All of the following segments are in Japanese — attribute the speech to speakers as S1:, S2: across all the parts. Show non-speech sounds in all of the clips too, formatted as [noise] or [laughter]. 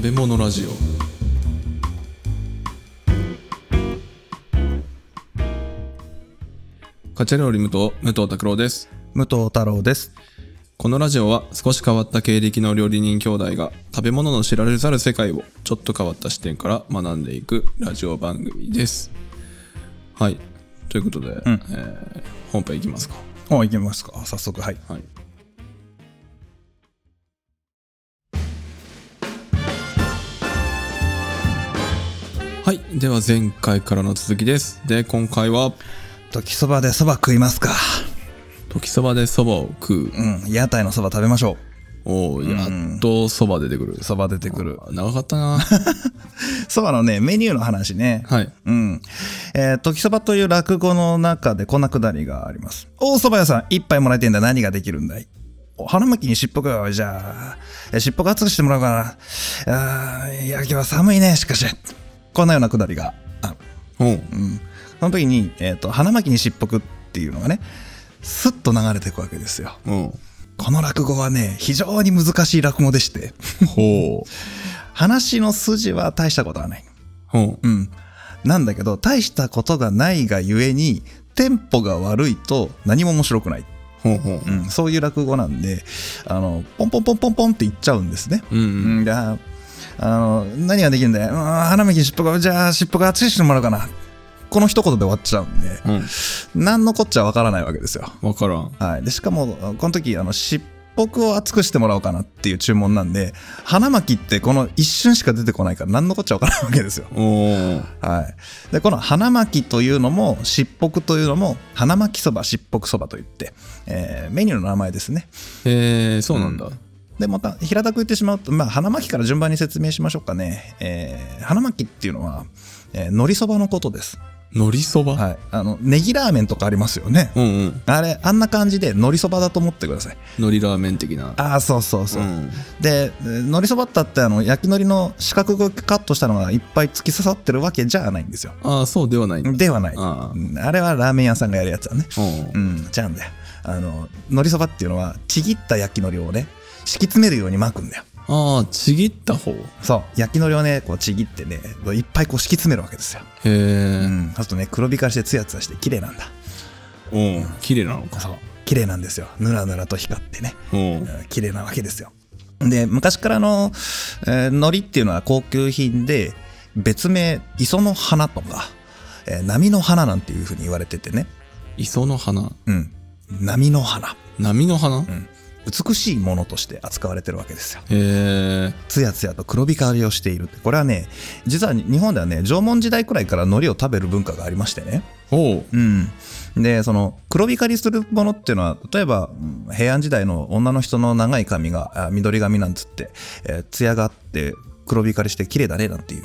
S1: べものラジオカチャ料理武藤武藤拓郎です
S2: 武藤太郎です。
S1: このラジオは少し変わった経歴の料理人兄弟が食べ物の知られざる世界をちょっと変わった視点から学んでいくラジオ番組ですはいということで、
S2: ん
S1: えー本編いきますか
S2: お、いけますか早速、はい。
S1: はいはい。では前回からの続きです。で、今回は、
S2: 時そばでそば食いますか。
S1: 時そばでそばを食う。
S2: うん、屋台のそば食べましょ
S1: おーやっとそば出てくる
S2: う。。そば出てくる。
S1: 長かった
S2: [laughs]
S1: な
S2: そばのね、メニューの話ね。
S1: はい。
S2: うん。えー、時そばという落語の中でこんなくだりがあります。おう、そば屋さん、一杯もらえてんだ。何ができるんだいお腹巻きに尻尾かよ、じゃあ。え尻尾が熱くしてもらうからな。あーいや、今日は寒いね、しかし。こんなようなくだりがある。
S1: うん。
S2: うん、その時に、えーと「花巻に尻尾く」っていうのがねスッと流れていくわけですよ
S1: うん。
S2: この落語はね非常に難しい落語でして
S1: ほ
S2: 話の筋は大したことはない、
S1: う。うん。
S2: うん、なんだけど大したことがないがゆえにテンポが悪いと何も面白くない、
S1: ほうほう
S2: う。ん、そういう落語なんであのポンポンポンポンポンっていっちゃうんですね
S1: うんうん。
S2: じゃあ、あの、何ができるんだよ。うん花巻尻尾が、じゃあ尻尾が厚いしてもらおうかな。この一言で終わっちゃうんで、
S1: うん。
S2: 何のこっちゃわからないわけですよ。
S1: わからん。
S2: はい。で、しかも、この時、あの、尻尾くを厚くしてもらおうかなっていう注文なんで、花巻ってこの一瞬しか出てこないから何のこっちゃわからないわけですよ。
S1: おー。
S2: はい。で、この花巻というのも、尻尾くというのも、花巻そば、尻尾くそばといって、えーメニューの名前ですね。
S1: えー、そうなんだ。
S2: でまた平たく言ってしまうと、まあ、花巻から順番に説明しましょうかね、えー花巻っていうのは、えー、のりそばのことです、
S1: のりそば
S2: はい、あのネギラーメンとかありますよね、
S1: うんうん。
S2: あれあんな感じでのりそばだと思ってください
S1: のりラーメン的な。
S2: ああそうそうそう、
S1: ん。
S2: でえーのりそばったってあの焼きのりの四角くカットしたのがいっぱい突き刺さってるわけじゃないんですよ
S1: ああ、そうではないんだ。
S2: ではない
S1: ああ
S2: うんあれはラーメン屋さんがやるやつだね
S1: うん
S2: うんじゃあんだよあののりそばっていうのはちぎった焼きのりをね敷き詰めるように巻くんだよ
S1: ああ、ちぎった方。へ
S2: そう焼きのりをねこうちぎってねいっぱいこう敷き詰めるわけですよ、う
S1: え。
S2: ん、そうするとね黒光りしてツヤツヤして綺麗なんだ
S1: うん。綺麗なのか。
S2: そう綺麗なんですよぬらぬらと光ってね、
S1: うん。
S2: うん、綺麗なわけですよで昔からの、えー、海苔っていうのは高級品で別名磯の花とか、えー波の花なんていうふうに言われててね
S1: 磯の花。
S2: うん波の花
S1: 波の花
S2: 美しいものとして扱われてるわけですよ
S1: へえ。
S2: つやつやと黒光りをしているってこれはね実は日本ではね縄文時代くらいから海苔を食べる文化がありましてね
S1: ほう。
S2: うんでその黒光りするものっていうのは例えばうん平安時代の女の人の長い髪があ緑髪なんつってえー艶があって黒光りして綺麗だねなんていう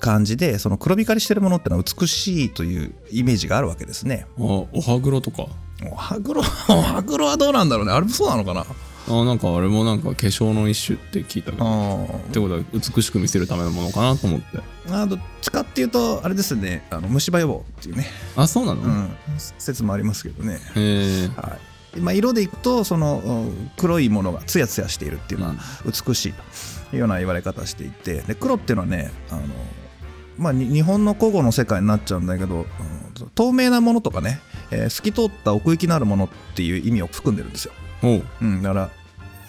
S2: 感じでその黒光りしてるものってのは美しいというイメージがあるわけですね
S1: あお歯黒とか。
S2: お歯黒お歯黒はどうなんだろうねあれもそうなのかな
S1: ああ、なんかあれもなんか化粧の一種って聞いたけど。
S2: ああ
S1: ってことは美しく見せるためのものかなと思って。
S2: あどっちかっていうとあれですねあの虫歯予防っていうね、
S1: あ、そうなの、
S2: うん、説もありますけどね、
S1: へえ。
S2: はいまあ、色でいくとそのうん黒いものがツヤツヤしているっていうのは美しいというような言われ方していてで黒っていうのはねあの、まあ、に日本の古語の世界になっちゃうんだけど、うん透明なものとかね、えー透き通った奥行きのあるものっていう意味を含んでるんですよ、
S1: ほう。
S2: うん、だから、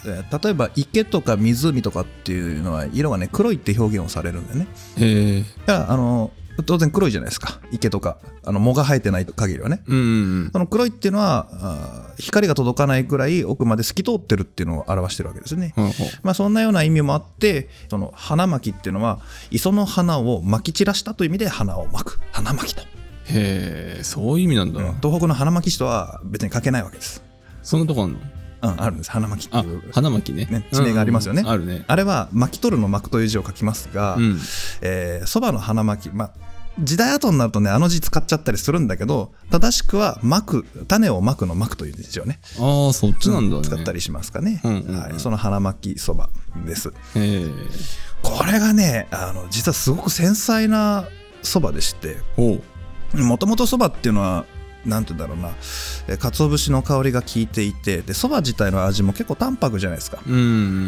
S2: えー例えば池とか湖とかっていうのは色がね黒いって表現をされるんだよね
S1: へえ。
S2: いやあの当然黒いじゃないですか池とかあの藻が生えてない限りはね
S1: うんうん
S2: その黒いっていうのはあー光が届かないくらい奥まで透き通ってるっていうのを表してるわけですね、
S1: うん。ほうほ
S2: まあ、そんなような意味もあってその花巻きっていうのは磯の花を撒き散らしたという意味で花を撒く花巻きと、
S1: うへえ、そういう意味なんだ。
S2: うん東北の花巻市とは別に書けないわけです、
S1: そんなとこあんの
S2: うん、あるんです花巻きって
S1: あ
S2: いうあ、
S1: 花巻ね。
S2: ね地名がありますよね
S1: うんうんあるね。
S2: れは巻き取るの巻くという字を書きますが、
S1: うん。
S2: えー、そばの花巻き、まあ、時代後になるとねあの字使っちゃったりするんだけど正しくは巻く種を巻くの巻くという字をね
S1: ああ、そっちなんだね。
S2: 使ったりしますかね、
S1: うんうんうん
S2: はい、その花巻きそばです
S1: へえ。
S2: これがねあの実はすごく繊細なそばでして
S1: ほう。
S2: もともとそばっていうのはなんて言うんだろうな、え鰹節の香りが効いていてでそば自体の味も結構淡白じゃないですか
S1: うんう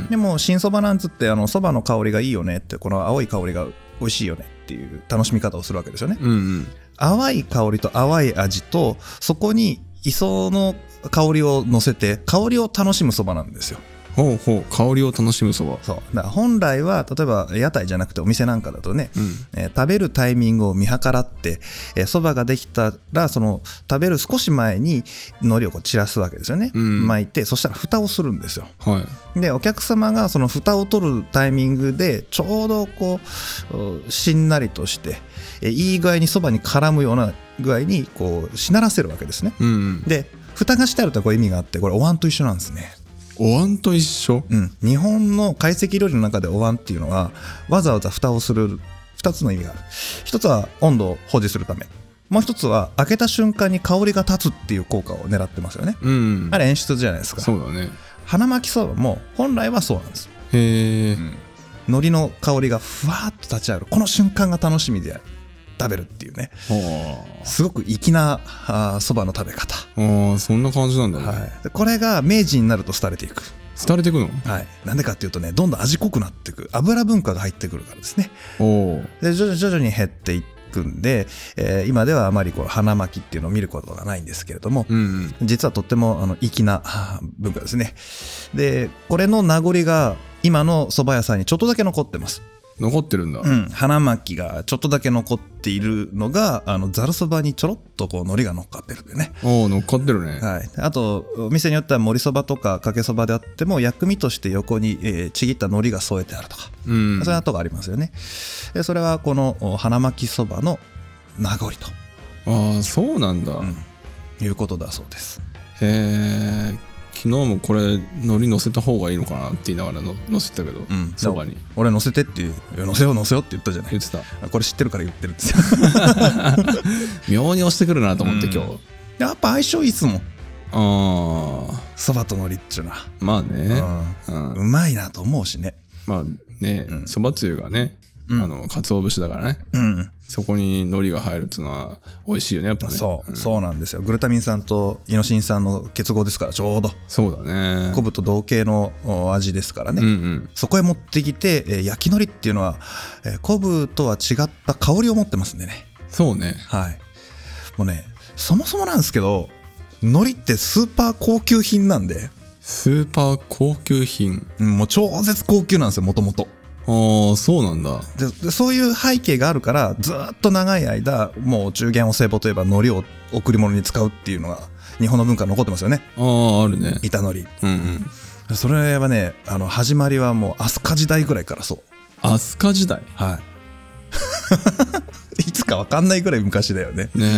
S1: ん。
S2: でも新そばなんつってあのそばの香りがいいよねってこの青い香りが美味しいよねっていう楽しみ方をするわけですよね
S1: うんうん。
S2: 淡い香りと淡い味とそこに磯の香りを乗せて香りを楽しむそばなんですよ
S1: ほうほう、香りを楽しむそば。
S2: そうだから本来は例えば屋台じゃなくてお店なんかだとね、
S1: うん。
S2: えー食べるタイミングを見計らってえーそば、ができたらその食べる少し前に海苔をこう散らすわけですよね、
S1: うん
S2: 巻いてそしたら蓋をするんですよ
S1: はい。
S2: でお客様がその蓋を取るタイミングでちょうどこううしんなりとしてえーいい具合にそばに絡むような具合にこうしならせるわけですね
S1: うんうん。
S2: で蓋がしてあるとこう意味があってこれお椀と一緒なんですね
S1: お椀と一緒
S2: うん、日本の懐石料理の中でお椀っていうのはわざわざ蓋をする2つの意味がある1つは温度を保持するためもう1つは開けた瞬間に香りが立つっていう効果を狙ってますよね
S1: うんうん。
S2: あれ演出じゃないですか
S1: そうだね。
S2: 花巻そばも本来はそうなんです
S1: へえ、
S2: 海苔の香りがふわーっと立ち上がるこの瞬間が楽しみで食べるっていうね
S1: は
S2: すごく粋なあーそばの食べ方、
S1: あああそんな感じなんだね、
S2: はい、でこれが明治になると廃れていく
S1: 廃れてくの
S2: はい、なんでかっていうとねどんどん味濃くなっていく油文化が入ってくるからですね
S1: おお
S2: で徐々に徐々に減っていくんで、えー今ではあまりこう花巻っていうのを見ることがないんですけれども、
S1: うんうん
S2: 実はとってもあの粋なはあ文化ですねでこれの名残が今の蕎麦屋さんにちょっとだけ残ってます、
S1: 残ってるんだ、
S2: うん、花巻がちょっとだけ残っているのがあのざるそばにちょろっとこう海苔が乗っかってるんでね
S1: おお乗っかってるね、
S2: はい、あとお店によっては盛りそばとかかけそばであっても薬味として横に、えーちぎった海苔が添えてあるとか、
S1: うん
S2: そういう跡がありますよねでそれはこのお花巻きそばの名残と、
S1: ああそうなんだ、へ
S2: うんいうことだそうです
S1: え昨日もこれ海苔乗せた方がいいのかなって言いながらの乗せてたけど、
S2: ん
S1: そばに
S2: 俺乗せてっていういや乗せよう乗せようって言ったじゃない
S1: 言ってた
S2: これ知ってるから言って [laughs] るんですよ
S1: 妙に押してくるなと思って今日、
S2: やっぱ相性いいっすもん
S1: ああ
S2: そばと海苔っちゅうのは
S1: まあね、
S2: うん
S1: うん
S2: うまいなと思うしね
S1: まあねそば、つゆがね、あの鰹節だからね
S2: うん
S1: そこに海苔が入るっていうのは美味しいよねやっぱね
S2: そう、そうなんですよグルタミン酸とイノシン酸の結合ですからちょうど
S1: そうだね
S2: 昆布と同系のお味ですからね、
S1: うんうん
S2: そこへ持ってきて、えー焼き海苔っていうのは、えー昆布とは違った香りを持ってますんでね
S1: そうね
S2: はいもうねそもそもなんですけど海苔ってスーパー高級品なんで、
S1: スーパー高級品
S2: うんもう超絶高級なんですよもともと
S1: ああそうなんだ
S2: ででそういう背景があるからずーっと長い間もうお中元お歳暮といえば海苔を贈り物に使うっていうのが日本の文化に残ってますよね
S1: あああるね
S2: 板海苔
S1: うんうん
S2: それはねあの始まりはもう飛鳥時代ぐらいからそう
S1: 飛鳥時代
S2: はいいつ [laughs] かわかんないぐらい昔だよね
S1: ね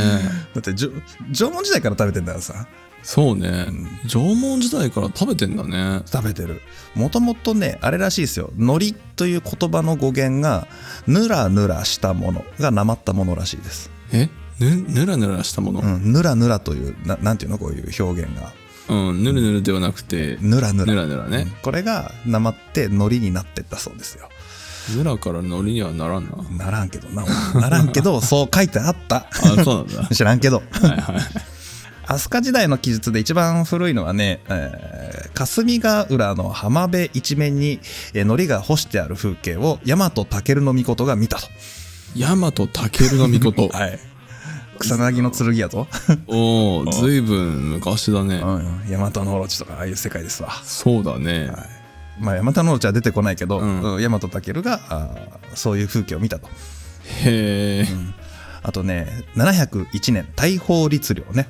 S2: だってじょ縄文時代から食べてんだからさ
S1: えそうね縄文時代から食べてんだね
S2: 食べてるもともとねあれらしいですよ海苔という言葉の語源がぬらぬらしたものがなまったものらしいです
S1: えぬぬらぬらしたもの
S2: うんぬらぬらというななんていうのこういう表現が
S1: うんぬるぬるではなくて
S2: ぬらぬ
S1: ぬ
S2: ら
S1: らぬら
S2: う
S1: ね
S2: んこれがなまって海苔になってったそうですよ
S1: ぬらから海苔にはならんな
S2: ならんけどな俺ならんけど [laughs] そう書いてあった [laughs]
S1: あそうなんだ
S2: 知らんけど
S1: はいはい
S2: 飛鳥時代の記述で一番古いのはね、えー霞ヶ浦の浜辺一面に、えー海苔が干してある風景を大和武の命が見たと。
S1: 大和武尊の御
S2: [laughs]
S1: 事
S2: はい。草薙の剣やぞ。
S1: おおずいぶん昔だね
S2: うん。大和のオロチとかああいう世界ですわ。
S1: そうだね
S2: まあ、大和のオロチは出てこないけど、
S1: うん
S2: うん大和武があーそういう風景を見たと。
S1: へえ
S2: あとね、701年、大宝律令ね。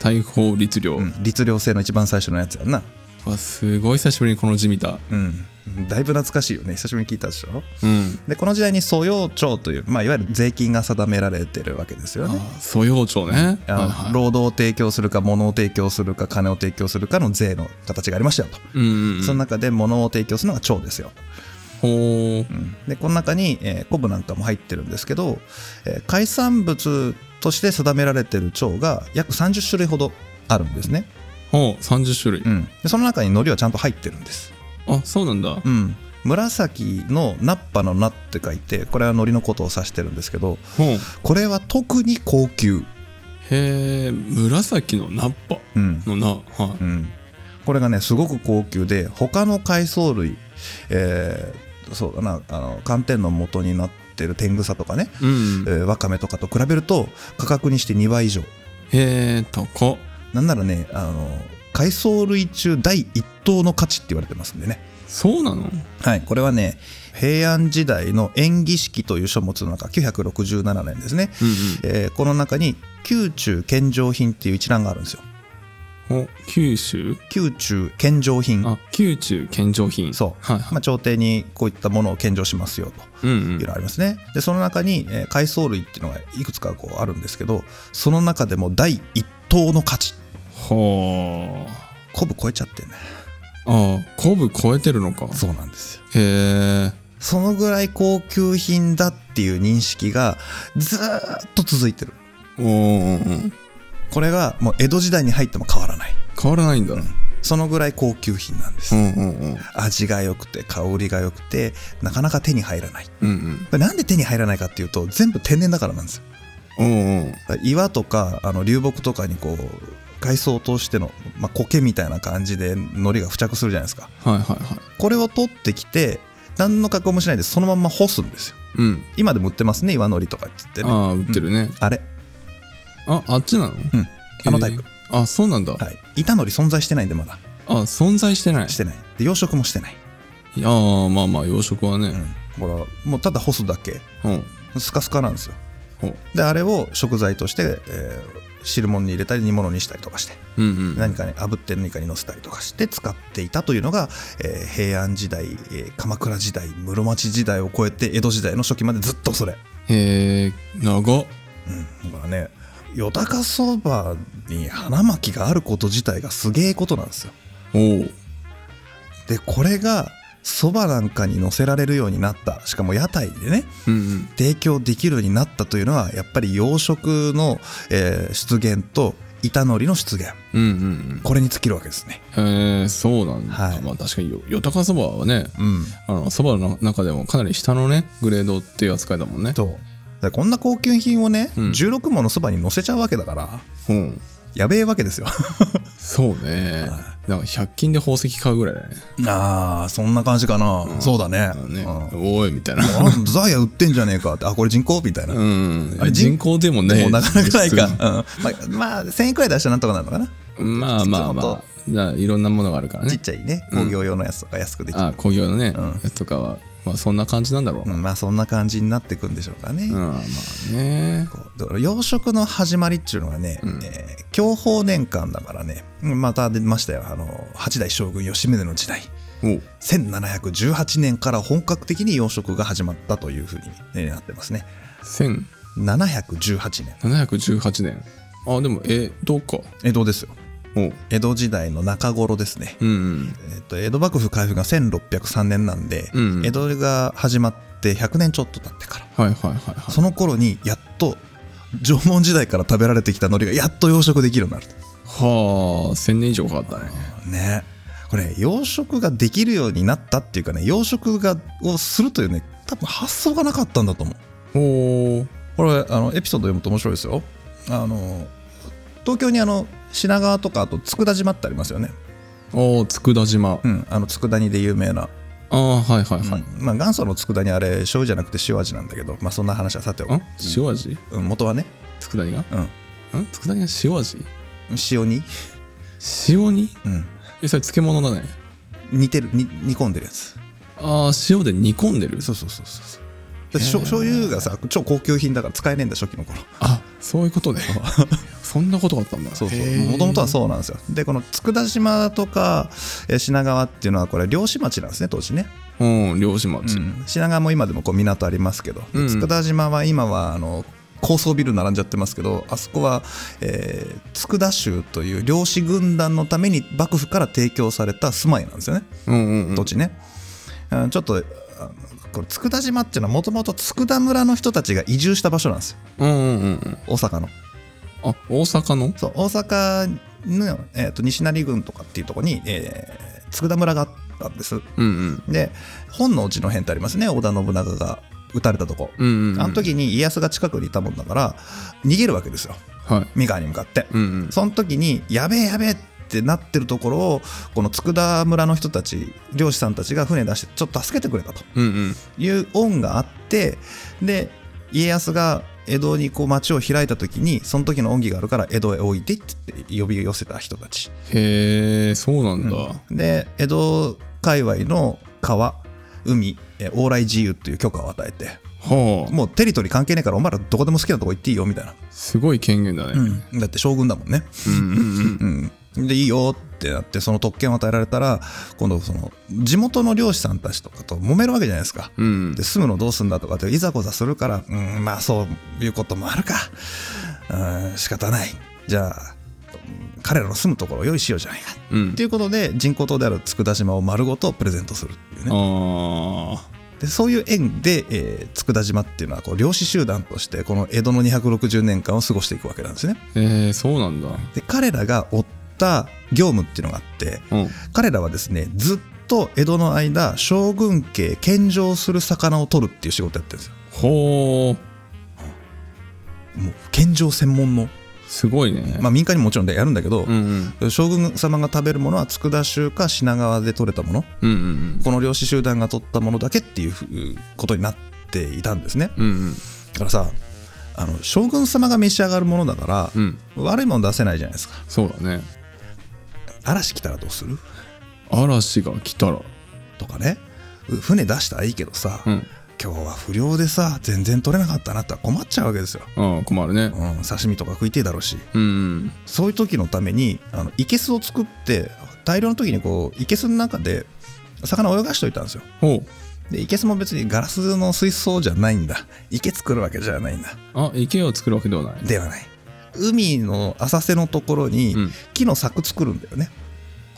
S1: 大砲律令
S2: うん。律令制の一番最初のやつやんな。
S1: わすごい久しぶりにこの字見た
S2: うん。だいぶ懐かしいよね。久しぶりに聞いたでしょ
S1: うん
S2: でこの時代に租用庁という、まあ、いわゆる税金が定められてるわけですよね。
S1: あ素養長ね
S2: あの
S1: はいはい
S2: 労働を提供するか物を提供するか金を提供するかの税の形がありましたよと、
S1: うんうんうん
S2: その中で物を提供するのが庁ですよ、
S1: ほー
S2: うんでこの中に、えー昆布なんかも入ってるんですけど、えー海産物として定められてる庁が約30種類ほどあるんですね、
S1: ほう30種類
S2: うんでその中に海苔はちゃんと入ってるんです、
S1: あそうなんだ
S2: うん、紫の菜っぱの菜って書いてこれは海苔のことを指してるんですけど
S1: ほう
S2: これは特に高級
S1: へへえ紫のナッパ
S2: うん
S1: のな、は
S2: うん、これがねすごく高級で他の海藻類、えーそうだなあの寒天の元になってる天草とかね、
S1: い、うん
S2: えーわかめとかと比べると価格にして2倍以上
S1: へえ高っ
S2: なんならねあの海藻類中第一等の価値って言われてますんでね
S1: そうなの
S2: はい、これはね平安時代の「縁起式」という書物の中967年ですね、えーこの中に「宮中献上品」っていう一覧があるんですよ
S1: お九州
S2: 宮中献上品
S1: あ宮中献上品
S2: そう、
S1: はいはい、
S2: まあ、朝廷にこういったものを献上しますよと
S1: うんう
S2: いうんのがありますねでその中に、えー海藻類っていうのがいくつかこうあるんですけどその中でも第一等の価値
S1: は
S2: コブ超えちゃってね
S1: あああ昆布超えてるのか
S2: そうなんですよ
S1: へえ
S2: そのぐらい高級品だっていう認識がずーっと続いてる
S1: おーおー
S2: これがもう江戸時代に入っても変わらない
S1: 変わらないんだ、うん、
S2: そのぐらい高級品なんです、
S1: うんうんうん
S2: 味が良くて香りが良くてなかなか手に入らない
S1: うん
S2: これなんで手に入らないかっていうと全部天然だからなんですよ
S1: うんおうおう
S2: だから岩とかあの流木とかにこう海藻を通しての、まあ、苔みたいな感じで海苔が付着するじゃないですか
S1: はいはいはい
S2: これを取ってきて何の加工もしないでそのまんま干すんですよ
S1: うん
S2: 今でも売ってますね岩のりとかって言ってねあ
S1: ああ売ってるね、
S2: れ
S1: ああっちなの
S2: うんあのタイプ、
S1: へえあそうなんだ、
S2: はい板のり存在してないんでまだ
S1: あ存在してない
S2: してないで養殖もしてない、
S1: いやーまあまあ養殖は
S2: う
S1: ね
S2: ん、ほらもうただ干すだけ
S1: うん、
S2: スカスカなんですよ
S1: ほう
S2: であれを食材として、えー汁物に入れたり煮物にしたりとかして
S1: うんうん
S2: 何かね炙って何かに乗せたりとかして使っていたというのが、えー平安時代、えー鎌倉時代室町時代を超えて江戸時代の初期までずっとそれ、
S1: へえ長っ
S2: うん、だからねよたかそばに花巻があること自体がすげえことなんですよ
S1: おう
S2: でこれがそばなんかに乗せられるようになったしかも屋台でね
S1: うん
S2: 提供できるようになったというのはやっぱり養殖の、えー出現と板のりの出現
S1: うんうんうん
S2: これに尽きるわけですね
S1: うんへえそうなんだ、
S2: はい
S1: まあ確かによよたかそばはね
S2: うん
S1: あのそばの中でもかなり下のねグレードっていう扱いだもんね
S2: そうだからこんな高級品をね、
S1: うん
S2: 16ものそばに乗せちゃうわけだから
S1: うん
S2: やべえわけですよ
S1: そうねなんか100均で宝石買うぐらいだね
S2: [laughs] ああそんな感じかな、そうだね
S1: あのね
S2: うん
S1: おいみ
S2: [laughs]
S1: たいな
S2: あザイヤ売ってんじゃねえかってあこれ人工みたいな、
S1: うん
S2: あれ人
S1: 人工でもね
S2: もうなかなかないか、うんまあ、まあ1000円くらい出したらなんとかなるのかな、
S1: まあまあ
S2: いつもと
S1: まあな、いろんなものがあるから
S2: ちっ
S1: ね。
S2: ちゃいね工業用のやつとか安くできる、
S1: あ工業のね、
S2: ん
S1: やつとかは、まあそんな感じなんだろう。
S2: う
S1: うん、
S2: んまあそんな感じになってくんでしょうかね、
S1: まあね。
S2: こうだから養殖の始まりっていうのはね、えー享保年間だからねうんまた出ましたよあの8代将軍吉宗の時代
S1: おう
S2: 1718年から本格的に養殖が始まったというふうに、えーなってますね718年
S1: 1718年。あ、でも、え、どうか。
S2: 江戸ですよ
S1: おう。
S2: 江戸時代の中頃ですね、
S1: うんうん。
S2: えっと江戸幕府開府が1603年なんで、
S1: うんうん
S2: 江戸が始まって100年ちょっと経ってから
S1: はいはいはいはい。
S2: その頃にやっと縄文時代から食べられてきた海苔がやっと養殖できるようになる
S1: はあ、1000年以上かかったね。
S2: ねこれ養殖ができるようになったっていうかね養殖がをするというね多分発想がなかったんだと思う
S1: おお。
S2: これあのエピソード読むと面白いですよあの東京にあの品川とかあと佃島ってありますよね
S1: おー、佃島。
S2: うんあの佃煮で有名な、
S1: ああ、はいはいはい。
S2: まあ元祖の佃煮あれ醤油じゃなくて塩味なんだけどまあそんな話はさてお
S1: ん
S2: き、
S1: 塩味
S2: うん、元はね
S1: 佃煮が
S2: うん
S1: ん佃煮が塩味
S2: 塩に、
S1: 塩に
S2: うん、
S1: え、それ漬物だね。
S2: 煮てる煮煮込んでるやつ
S1: ああ、塩で煮込んでる。
S2: そうそうそうそうそうだってしょ醤油がさ超高級品だから使えねえんだ初期の頃
S1: あそういう
S2: [laughs]
S1: ことねそんなことがあったんだ
S2: そうそ
S1: へ
S2: う
S1: ー
S2: もともとはそうなんですよでこの佃島とかえー品川っていうのはこれ漁師町なんですね当時ね
S1: うん漁師町、
S2: 品川も今でもこう港ありますけど、
S1: うん
S2: 佃島は今はあの高層ビル並んじゃってますけどあそこは、えー、佃州という漁師軍団のために幕府から提供された住まいなんですよね
S1: うんうんうん
S2: 土地ね、うんちょっとあのこれ佃島っていうのはもともと佃村の人たちが移住した場所なんですよ
S1: うんうんうんうん
S2: 大阪の
S1: あ大阪の
S2: そう大阪の、えー、と西成郡とかっていうところに、えー、佃村があったんです
S1: うんうん
S2: で本能寺の変ってありますね織田信長が撃たれたとこ
S1: うんうんうん
S2: あの時に家康が近くにいたもんだから逃げるわけですよ。
S1: ははい。
S2: 三河に向かって、
S1: うんうん。
S2: その時にやべえやべえってなってるところをこの佃村の人たち漁師さんたちが船出してちょっと助けてくれたと
S1: うんうん。
S2: いう恩があってで家康が江戸にこう町を開いた時にその時の恩義があるから江戸へおいでって言って呼び寄せた人たち
S1: へえ、そうなんだ。
S2: で江戸界隈の川海え往来自由っていう許可を与えて
S1: はあ。
S2: もうテリトリー関係ねえからお前らどこでも好きなとこ行っていいよみたいな、
S1: すごい権限だね。うん
S2: だって将軍だもんね
S1: うんうん。
S2: うん、でいいよってなってその特権を与えられたら今度その地元の漁師さんたちとかと揉めるわけじゃないですか。
S1: うん
S2: で。住むのどうすんだとかっていざこざするからうんまあそういうこともあるかうん仕方ないじゃあうん彼らの住むところを用意しようじゃないか
S1: うん
S2: って。いうことで人工島である佃島を丸ごとプレゼントするっていうね
S1: あ
S2: でそういう縁で、えー佃島っていうのはこう漁師集団としてこの江戸の260年間を過ごしていくわけなんですね
S1: あ。ええ、そうなんだ。
S2: で彼らが負った業務っていうのがあって
S1: うん。
S2: 彼らはですねずっと江戸の間将軍家献上する魚を取るっていう仕事やってるんですよ
S1: ほう。
S2: もう献上専門の、
S1: すごいね。
S2: まあ、民間にももちろんやるんだけど
S1: う、んうん。
S2: 将軍様が食べるものは佃州か品川で取れたもの
S1: うんうん
S2: この漁師集団が取ったものだけっていうふうことになっていたんですね
S1: うん。うんうん。
S2: だからさあの将軍様が召し上がるものだから
S1: う、ん。
S2: 悪いもの出せないじゃないですか
S1: そうだね。
S2: 嵐来たらどうする
S1: 嵐が来たら。
S2: とかねう船出したらいいけどさ、
S1: うん。
S2: 今日は不良でさ全然取れなかったなって困っちゃうわけですよ、
S1: ああ、困るね。
S2: うん、刺身とか食いてえだろうし
S1: うんうん。
S2: そういう時のためにあのいけすを作って大量の時にこういけすの中で魚泳がしといたんですよ
S1: ほう。
S2: でいけすも別にガラスの水槽じゃないんだいけ作るわけじゃないんだ
S1: あ、池を作るわけではない。
S2: ではない海の浅瀬のところに
S1: うん
S2: 木の柵作るんだよね、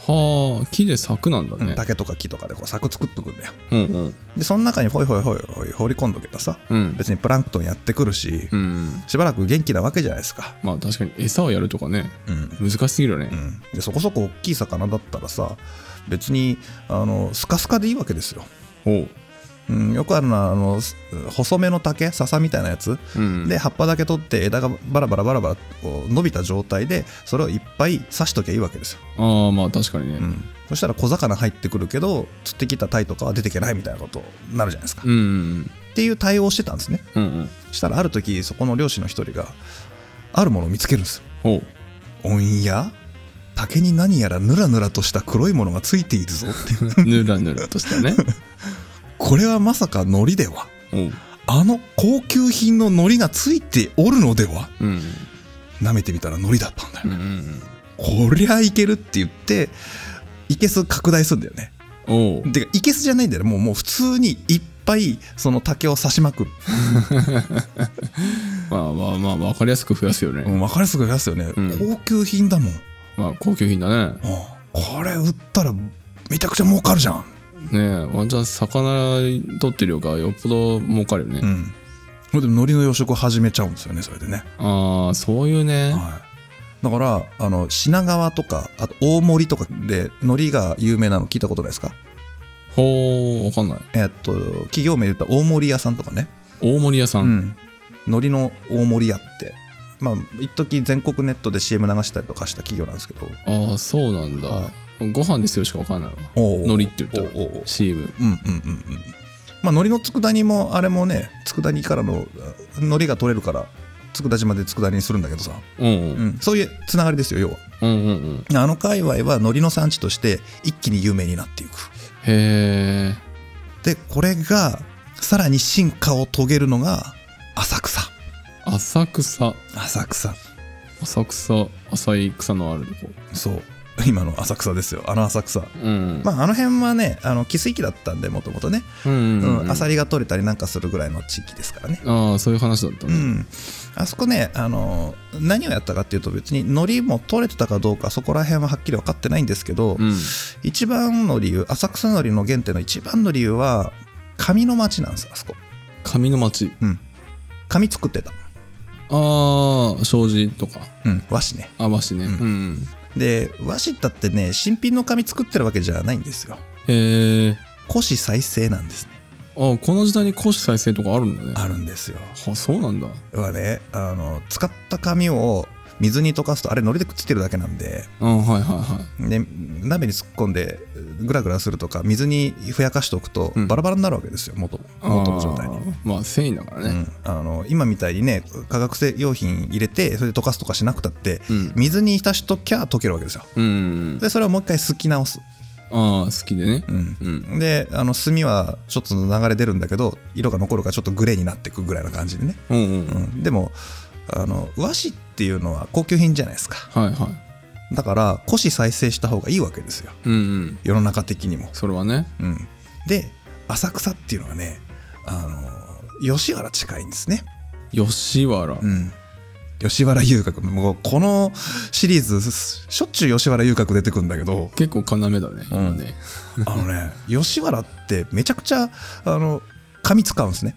S1: はあ、木で柵なんだ
S2: うん
S1: ね。
S2: 竹とか木とかでこう柵作っとくんだよ
S1: うんうん。
S2: でその中にホイホイホイホイ放り込んどけばさ
S1: うん。
S2: 別にプランクトンやってくるし、
S1: うんうん。
S2: しばらく元気なわけじゃないですか、
S1: まあ確かに餌をやるとかね、
S2: うん、
S1: 難しすぎるよね。
S2: うん、でそこそこ大きい魚だったらさ別にあのスカスカでいいわけですよ、
S1: ほ
S2: うん、よくあるのはあのす細めの竹笹みたいなやつ、
S1: う。うん。
S2: で葉っぱだけ取って枝がバラバラバラバラこう伸びた状態でそれをいっぱい刺しときゃいいわけですよ、
S1: ああ、まあ確かに
S2: う
S1: ね。
S2: ん、そしたら小魚入ってくるけど釣ってきた鯛とかは出てけないみたいなことになるじゃないですか、
S1: うんうん
S2: っていう対応をしてたんですね
S1: うん。うんうん。
S2: そしたらある時そこの漁師の一人があるものを見つけるんですよ
S1: ほう。
S2: おんや竹に何やらぬらぬらとした黒いものがついているぞっていう
S1: ぬらぬらとした [laughs] ね。
S2: これはまさか糊では
S1: おう。
S2: あの高級品の糊がついておるのでは
S1: うん。
S2: 舐めてみたら糊だったんだ
S1: う
S2: よ、
S1: んうん
S2: こりゃいけるって言っていけす拡大するんだよね
S1: うん。おう。
S2: てかいけすじゃないんだよもうもう普通にいっぱいその竹を刺しまくる、
S1: まあまあまあ、わかりやすく増やすよ
S2: う
S1: ね。
S2: ん、分かりやすく増やすよね、
S1: ん
S2: 高級品だもん、うん
S1: まあ高級品だね。
S2: これ売ったらめちゃくちゃ儲かるじゃん
S1: ねえ、ワンチャン魚取ってるよりかよっぽど儲かるよね。
S2: うんそれで海苔の養殖を始めちゃうんですよねそれでね
S1: ああ、そういうね。
S2: はい、だからあの品川とかあと大森とかで海苔が有名なの聞いたことないですか
S1: ほう、わかんない。
S2: えっと企業名で言ったら大森屋さんとかね、
S1: 大盛り屋さ。
S2: うんん、海苔の大森屋ってまあ一時全国ネットで CM 流したりとかした企業なんですけど
S1: ああ、そうなんだ。
S2: は
S1: ご飯ですよしかわかんないわ。
S2: お
S1: 海苔って言った
S2: おうおうおう
S1: ら。CM。
S2: うんうんうんうんまあ海苔の佃煮もあれもね佃煮からのあ海苔が取れるから佃島で佃煮にするんだけどさ、
S1: うんう。
S2: うんん、そういうつながりですよ要は
S1: うんうんうん。
S2: あの界隈は海苔の産地として一気に有名になっていく
S1: へえ。
S2: でこれがさらに進化を遂げるのが浅草
S1: 浅草。
S2: 浅草
S1: 浅草、浅い草のあるとこ。
S2: そう今の浅草ですよあの浅草
S1: うん。
S2: まああの辺はねあの寄水期だったんでもともとね
S1: うんうんうん
S2: うんアサリが取れたりなんかするぐらいの地域ですからね
S1: ああ、そういう話だった
S2: う
S1: ね。
S2: んあそこねあの何をやったかっていうと別に海苔も取れてたかどうかそこら辺ははっきり分かってないんですけど、
S1: うん。
S2: 一番の理由浅草海苔の原点の一番の理由は紙の町なんですあそこ
S1: 紙の町。
S2: うん紙作ってた
S1: ああ、障子とか。
S2: うん和紙ね
S1: あ、和紙ね。うん。
S2: で和紙だってね新品の紙作ってるわけじゃないんですよ
S1: へえ。
S2: 古紙再生なんですね
S1: あこの時代に古紙再生とかあるんだね。
S2: あるんですよ
S1: あ、そうなんだ。
S2: 要はねあの使った紙を水に溶かすとあれ海苔でくっついてるだけなんで
S1: うん、はいはいはい。
S2: で鍋に突っ込んでグラグラするとか水にふやかしておくと
S1: うん
S2: バラバラになるわけですよ元元の状態に
S1: あ。ーまあ、繊維だから
S2: う
S1: ね。
S2: んあの今みたいにね化学製用品入れてそれで溶かすとかしなくたって、
S1: うん
S2: 水に浸しときゃ溶けるわけですよ
S1: うん。
S2: でそれをもう一回すき直す、
S1: ああ、好きでね。
S2: うん
S1: うん。
S2: であの炭はちょっと流れ出るんだけど色が残るからちょっとグレーになってくぐらいな感じでね、
S1: うんうん。
S2: うん、でもあの和紙っていうのは高級品じゃないですか
S1: はいはい。
S2: だから古紙再生した方がいいわけですよ
S1: うんうん。
S2: 世の中的にも、
S1: それはね。
S2: うん、で浅草っていうのはねあの吉原近いんですね
S1: 吉原。
S2: うん、吉原遊郭もうこのシリーズしょっちゅう吉原遊郭出てくるんだけど
S1: 結構要だね。
S2: うん
S1: 今ね
S2: あのね吉原ってめちゃくちゃあの紙使うんですね、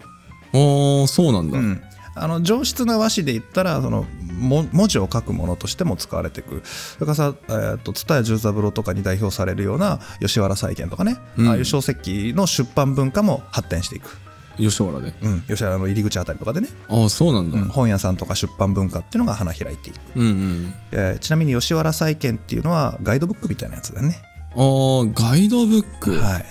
S1: ああ、そうなんだ。
S2: うん、あの上質な和紙で言ったらそのも文字を書くものとしても使われてくるそれからさ、えー、と蔦屋十三郎とかに代表されるような吉原再建とかね、
S1: うん
S2: ああいう小石器の出版文化も発展していく、
S1: 吉原で。
S2: うん、吉原の入り口あたりとかでね、
S1: ああ、そうなんだ。
S2: う
S1: うんん
S2: 本屋さんとか出版文化っていうのが花開いていく
S1: うん。
S2: えーちなみに吉原債券っていうのはガイドブックみたいなやつだね。
S1: ああ、ガイドブック。
S2: はい。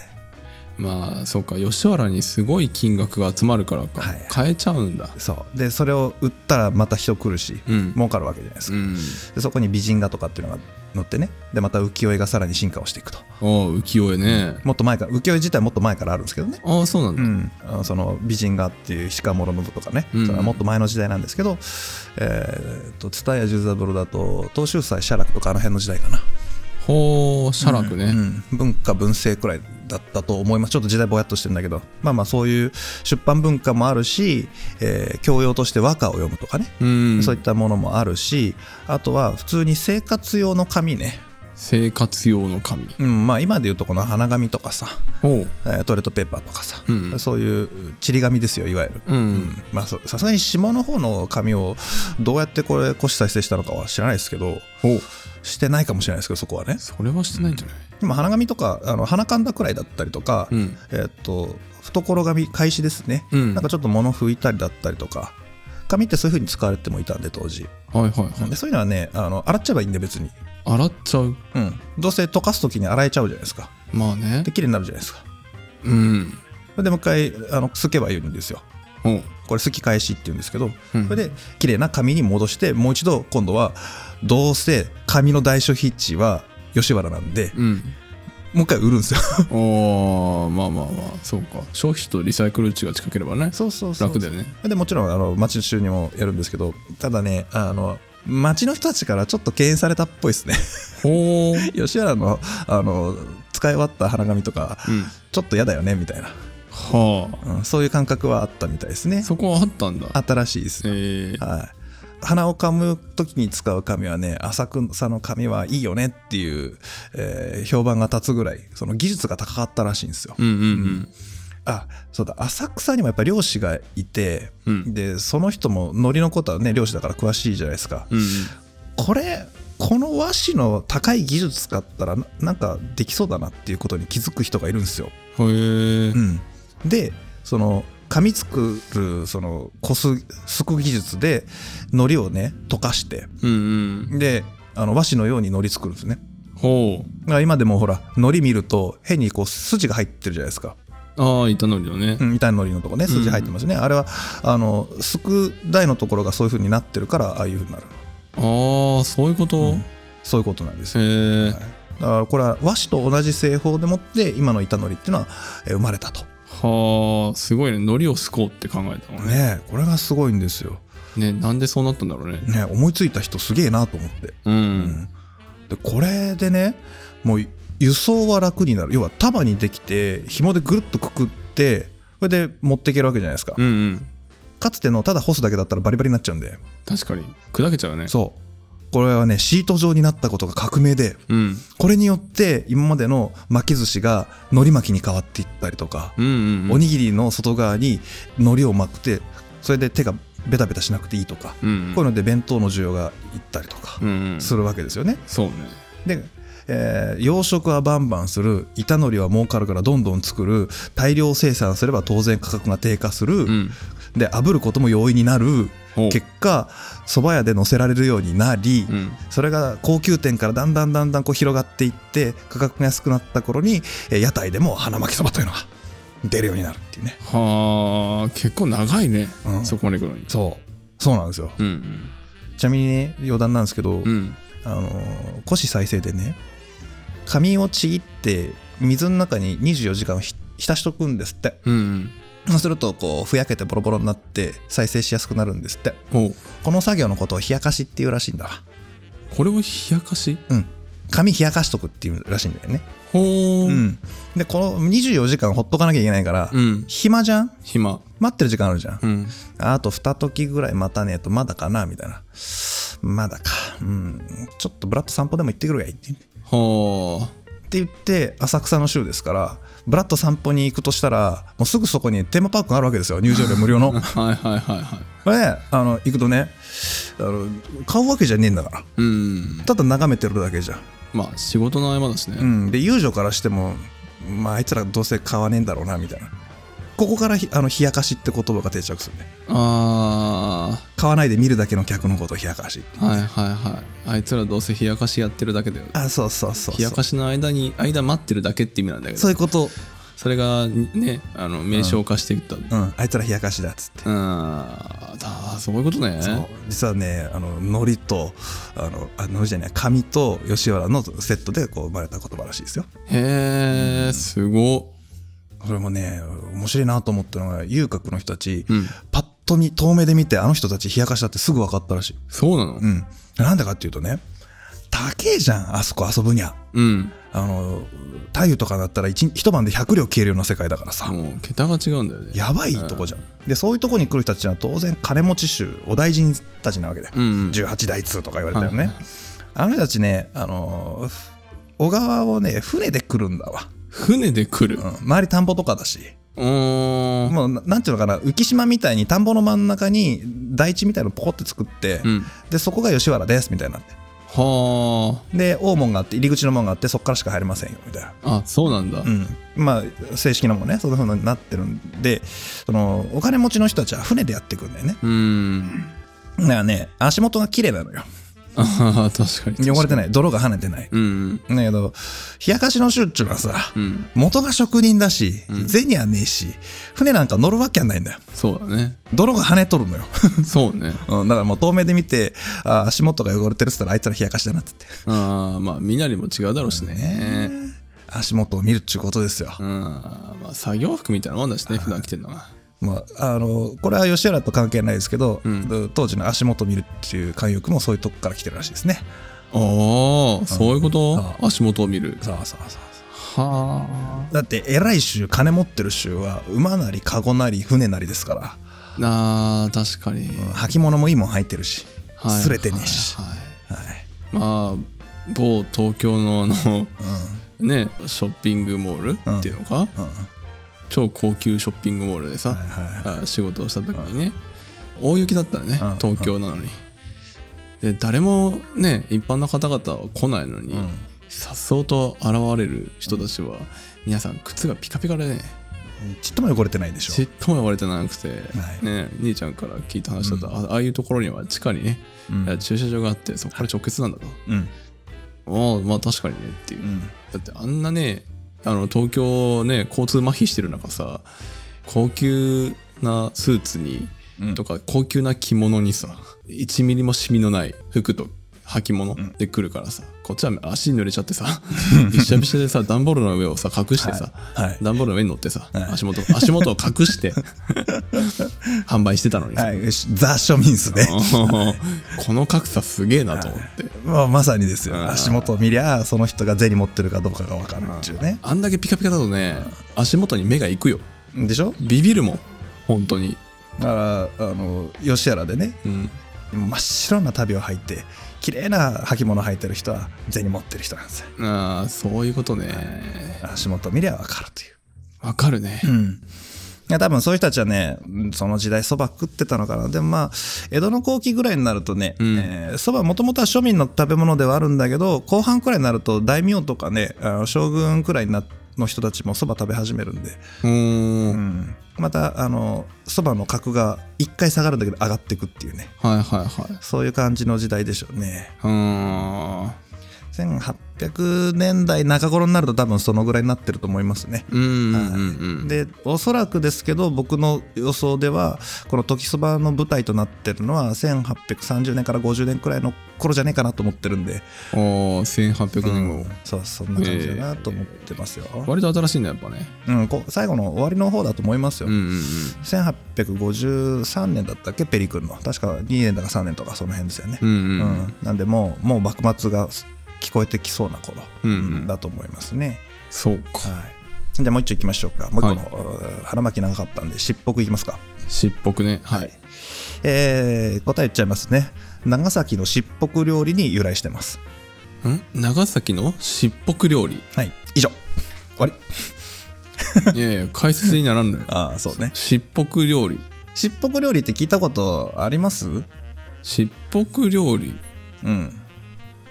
S1: まあ、そうか。吉原にすごい金額が集まるからか。
S2: はい
S1: 買えちゃうんだ。
S2: そう。で、それを売ったらまた人来るし、
S1: うん
S2: 儲かるわけじゃないです
S1: う
S2: か。
S1: ん。
S2: でそこに美人画とかっていうのが載ってね。で、また浮世絵がさらに進化をしていくと。
S1: ああ、浮世絵ね。
S2: もっと前から、浮世絵自体もっと前からあるんですけどね。
S1: ああ、そうなん
S2: う
S1: だ。
S2: ん、あのその美人画っていう鹿諸信とかね、
S1: うん
S2: それはもっと前の時代なんですけど、えー、と蔦屋十三郎だと東秀斎写楽とかあの辺の時代かな、
S1: ほう、写楽ね。
S2: うん、文化文政くらいだったと思いますちょっと時代ぼやっとしてるんだけどまあまあそういう出版文化もあるし、えー教養として和歌を読むとかね、
S1: うん。
S2: そういったものもあるしあとは普通に生活用の紙ね、
S1: 生活用の紙。
S2: うん、まあ今でいうとこの花紙とかさ、
S1: ほう。
S2: えートイレットペーパーとかさ、
S1: うん
S2: そういうちり紙ですよいわゆる。
S1: うん。
S2: うんまあ、そさすがに下の方の紙をどうやってこれ古紙再生したのかは知らないですけど
S1: ほう。
S2: してないかもしれないですけどそこはね
S1: それはしてないんじゃない、
S2: でも花紙とかあの花かんだくらいだったりとか、
S1: うん
S2: えーっと懐紙返しですね、
S1: うん
S2: なんかちょっと物拭いたりだったりとか紙ってそういう風に使われてもいたんで当時
S1: はいはいはい
S2: でそういうのはねあの洗っちゃえばいいんで別に、
S1: 洗っちゃう
S2: うん、どうせ溶かす時に洗えちゃうじゃないですか
S1: まあね
S2: で綺麗になるじゃないですか
S1: うん
S2: それでもう一回あのすけばいいんですよ
S1: ほう
S2: これすき返しって言うんですけど、
S1: うん
S2: それで綺麗な紙に戻してもう一度今度はどうせ紙の代償筆致は吉原なんで、
S1: うん
S2: もう一回売るんですよ
S1: ああまあまあまあそうか消費とリサイクル値が近ければね
S2: [laughs] そうそう
S1: 楽だよね
S2: でもちろんあの町中にもやるんですけどただねあの町の人たちからちょっと敬遠されたっぽいですね [laughs]
S1: ほう
S2: 吉原のあの使い終わった花紙とか、
S1: うん
S2: ちょっと嫌だよねみたいな、
S1: は
S2: うんそういう感覚はあったみたいです
S1: あ
S2: ね
S1: そこはあったんだ
S2: 新しいです
S1: え
S2: ね、
S1: ー、
S2: はい鼻を噛む時に使う紙はね浅草の紙はいいよねっていう、えー評判が立つぐらいその技術が高かったらしいんですよ、
S1: うんうん
S2: あそうだ浅草にもやっぱ漁師がいて、
S1: うん
S2: でその人も海苔のことはね漁師だから詳しいじゃないですか、
S1: うんうん
S2: これこの和紙の高い技術使ったらななんかできそうだなっていうことに気づく人がいるんですよ、
S1: へえ
S2: うん、でその紙作るそのこすすく技術で海苔をね溶かして
S1: うんうん
S2: であの和紙のように海苔作るんですね
S1: ほう
S2: だから今でもほら海苔見ると変にこう筋が入ってるじゃないですか
S1: ああ板のりのね、
S2: うん、板のりのとこね筋入ってますよね、あれはあのすく台のところがそういう風になってるからああいう風になる
S1: ああそういうこと、へ
S2: そういうことなんですよ
S1: え、
S2: だからこれは和紙と同じ製法でもって今の板のりっていうのはえー生まれたと
S1: はあすごいねのりをすこうって考えたのね
S2: ねえこれがすごいんですよ
S1: ねなんでそうなったんだろうね
S2: ねえ思いついた人すげえなと思って、
S1: うん、
S2: うんでこれでねもう輸送は楽になる要は束にできて紐でぐるっとくくってそれで持っていけるわけじゃないですか、
S1: うんうん
S2: かつてのただ干すだけだったらバリバリになっちゃうんで
S1: 確かに砕けちゃうね
S2: そうこれはねシート状になったことが革命で
S1: うん
S2: これによって今までの巻き寿司が海苔巻きに変わっていったりとか、
S1: うんうんうん
S2: おにぎりの外側に海苔を巻くてそれで手がベタベタしなくていいとか、
S1: うんうん
S2: こういうので弁当の需要がいったりとか
S1: うんうん
S2: するわけですよね。
S1: そうね
S2: で、えー養殖はバンバンする板のりは儲かるからどんどん作る大量生産すれば当然価格が低下する、
S1: うん
S2: で炙ることも容易になる
S1: ほう
S2: 結果蕎麦屋で乗せられるようになり、
S1: うん
S2: それが高級店からだんだんだんだんこう広がっていって価格が安くなった頃にえー屋台でも花巻そばというのが出るようになるっていうね
S1: はあ結構長いね、
S2: うん
S1: そこまで来るのに
S2: そうそうなんですよ
S1: うん
S2: ちなみにね余談なんですけど、
S1: うんうん
S2: あのー古紙再生でね紙をちぎって水の中に24時間ひ浸しとくんですって [laughs]
S1: うんうん
S2: そうするとこうふやけてボロボロになって再生しやすくなるんですって
S1: ほう
S2: この作業のことを冷やかしっていうらしいんだわ
S1: これを冷やかし
S2: うん紙冷やかしとくっていうらしいんだよね
S1: ほう、
S2: うんでこの24時間ほっとかなきゃいけないから、
S1: うん
S2: 暇じゃん
S1: 暇
S2: 待ってる時間あるじゃん、
S1: うん
S2: あと二時ぐらい待たねえとまだかなみたいなまだかうんちょっとブラッと散歩でも行ってくるがいいって言って
S1: は
S2: って言って浅草の州ですからブラッと散歩に行くとしたらもうすぐそこにテーマパークがあるわけですよ入場料無料の
S1: [laughs] あはいはいはいはい
S2: これねあの行くとねあの買うわけじゃねえんだから
S1: うん
S2: ただ眺めてるだけじゃん、
S1: まあ仕事の合間だしね、
S2: うん、で遊女からしてもまああいつらどうせ買わねえんだろうなみたいなここからひあの冷やかしって言葉が定着するね
S1: あ
S2: 買わないで見るだけの客のことを冷やかしって
S1: あはいはいはいあいつらどうせ冷やかしやってるだけだよ
S2: あそうそうそうそう
S1: 冷やかしの間に間待ってるだけって意味なんだけど
S2: そう
S1: そ
S2: いうこと、
S1: れがねあの名称化していった、うん
S2: うん、あいつら冷やかしだっつって
S1: あーそういうことね
S2: そう実はねあの海苔とあのあ海苔じゃない紙と吉原のセットでこう生まれた言葉らしいですよ
S1: へえすご
S2: それもね面白いなと思ったのが遊郭の人たち、
S1: うん
S2: パッと見遠目で見てあの人たち冷やかしだってすぐ分かったらしい、
S1: そうなの
S2: うん、なんでかっていうとね高えじゃんあそこ遊ぶにゃ
S1: うん、
S2: あの太陽とかだったら一日一晩で100両消えるような世界だからさ、
S1: もう桁が違うんだよね
S2: やばいとこじゃん、でそういうとこに来る人たちは当然金持ち衆お大臣たちなわけで、
S1: うんうん
S2: 18代2とか言われたよ
S1: は
S2: ね、
S1: いはい
S2: あの人たちね、あのーふ小川をね船で来るんだわ、
S1: 船で来る
S2: うん、周り田んぼとかだし
S1: うーん
S2: もうななんていうのかな浮島みたいに田んぼの真ん中に台地みたいのポコって作って、
S1: うん
S2: でそこが吉原ですみたいになって
S1: は
S2: で大門があって入り口の門があってそこからしか入れませんよみたいな。
S1: ああそうなんだ、
S2: うん、まあ正式なもんねそんなふうになってるんでそのお金持ちの人たちは船でやってくんだよね
S1: うーん。
S2: だからね足元が綺麗なのよ
S1: あはは確かに。
S2: 汚れて
S1: い。
S2: ない泥が跳ねてない
S1: うん。
S2: だけど冷やかしの州っちゅうのはさ、
S1: うん。
S2: 元が職人だし、銭はねえし、船なんか乗るわけはないんだよ。
S1: そうだね。
S2: 泥が跳ねとるのよ。 [laughs]
S1: そうね。
S2: うん、だからもう遠目で見て、あー足元が汚れてるっつったらあいつら冷やかしだなっつって。
S1: ああ、まあ、身なりも違うだろうしね。
S2: 足元を見るっちゅうことですよ。
S1: うん。まあ、作業服みたいなもんだしね、普段着てるのは。
S2: まあ、あの、これは吉原と関係ないですけど、当時の足元を見るっていう慣用句もそういうとこから来てるらしいですね。
S1: ああ、そういうこと
S2: あ
S1: 足元を見る。
S2: そうそうそうそう。
S1: は
S2: だって偉い州、金持ってる州は馬なり籠なり船なりですか
S1: あ。
S2: ら、
S1: なあ、確かに。
S2: うん履物もいいもん履いてるし、
S1: はい
S2: すれてねえし。
S1: はいは
S2: は
S1: いま
S2: い。
S1: あ、某東京のあの、ね、ショッピングモールっていうのか、
S2: うん。うん。
S1: 超高級ショッピングモールでさ、
S2: はいはいはい。
S1: あ仕事をした時にね大雪だったらね
S2: うん
S1: 東京なのにで誰もね一般の方々は来ないのに
S2: ん
S1: さっそうと現れる人たちは皆さん靴がピカピカでね
S2: ちっとも汚れてないでしょ
S1: ちっとも汚れてなくて
S2: い
S1: ね兄ちゃんから聞いた話だとあああいうところには地下にね
S2: うん
S1: いや駐車場があってそこから直結なんだと
S2: うん
S1: ああまあ確かにねっていう
S2: うん
S1: だってあんなねあの東京ね交通麻痺してる中さ高級なスーツに、
S2: うん
S1: とか高級な着物にさ1ミリもシミのない服と履物で来るからさ、こっちは足濡れちゃって
S2: [laughs]
S1: さびしゃびしゃでさ段ボールの上をさ隠してさ、
S2: はいはい
S1: 段ボールの上に乗ってさ、
S2: はい
S1: 足元足元を隠して
S2: [laughs]
S1: 販売してたのにさ、
S2: はいよしザ庶民っすね
S1: あー [laughs] この格差すげえなと思って、
S2: まあまさにですよ
S1: うん
S2: 足元を見りゃその人が銭持ってるかどうかが分かるっていうね
S1: あんだけピカピカだとね足元に目が行くよ
S2: でしょ
S1: ビビるもん本当に
S2: だからあの吉原でね
S1: うん
S2: 真っ白な旅を履いて綺麗な履物履いてる人は銭持ってる人なんですよ
S1: ああそういうことね
S2: 足元を見りゃ分かるという
S1: わかるね
S2: うんいや多分そういう人たちはね、うんその時代そば食ってたのかな。でもまあ、江戸の後期ぐらいになるとね、
S1: ん
S2: そばもともとは庶民の食べ物ではあるんだけど、後半くらいになると大名とかね、あの将軍くらいになの人たちもそば食べ始めるんで、
S1: うー。
S2: うんん、またあのそばの格が一回下がるんだけど上がっていくっていうね
S1: はいはいはい。
S2: そういう感じの時代でしょうね
S1: うーん。
S2: 1800年代中頃になると多分そのぐらいになってると思いますね
S1: うんうんうんうん。
S2: でおそらくですけど僕の予想ではこの時そばの舞台となってるのは1830年から50年くらいの頃じゃねえかなと思ってるんで、
S1: あー1800年後。
S2: そうそんな感じだなと思ってますよ、
S1: 割と新しいね、やっぱね。
S2: うん、こ最後の終わりの方だと思いますよ、
S1: うんうんうん。
S2: 1853年だったっけペリ君の確か2年だか3年とかその辺ですよね
S1: う、
S2: うん
S1: うん。
S2: なんでもうもう幕末が聞こえてきそうな頃、
S1: うんうん
S2: だと思いますね、
S1: そうか。
S2: はい、じゃあもう一丁いきましょうかもう一個の、うん腹巻き長かったんでしっぽくいきますか
S1: しっぽくね。はい。
S2: えー答え言っちゃいますね長崎のしっぽく料理に由来してます
S1: ん長崎のしっぽく料理。
S2: はい以上終わり
S1: いやいや、解説にならんの [laughs] よ。
S2: ああそうね
S1: しっぽく料理。
S2: しっぽく料理って聞いたことあります
S1: しっぽく料理。
S2: うん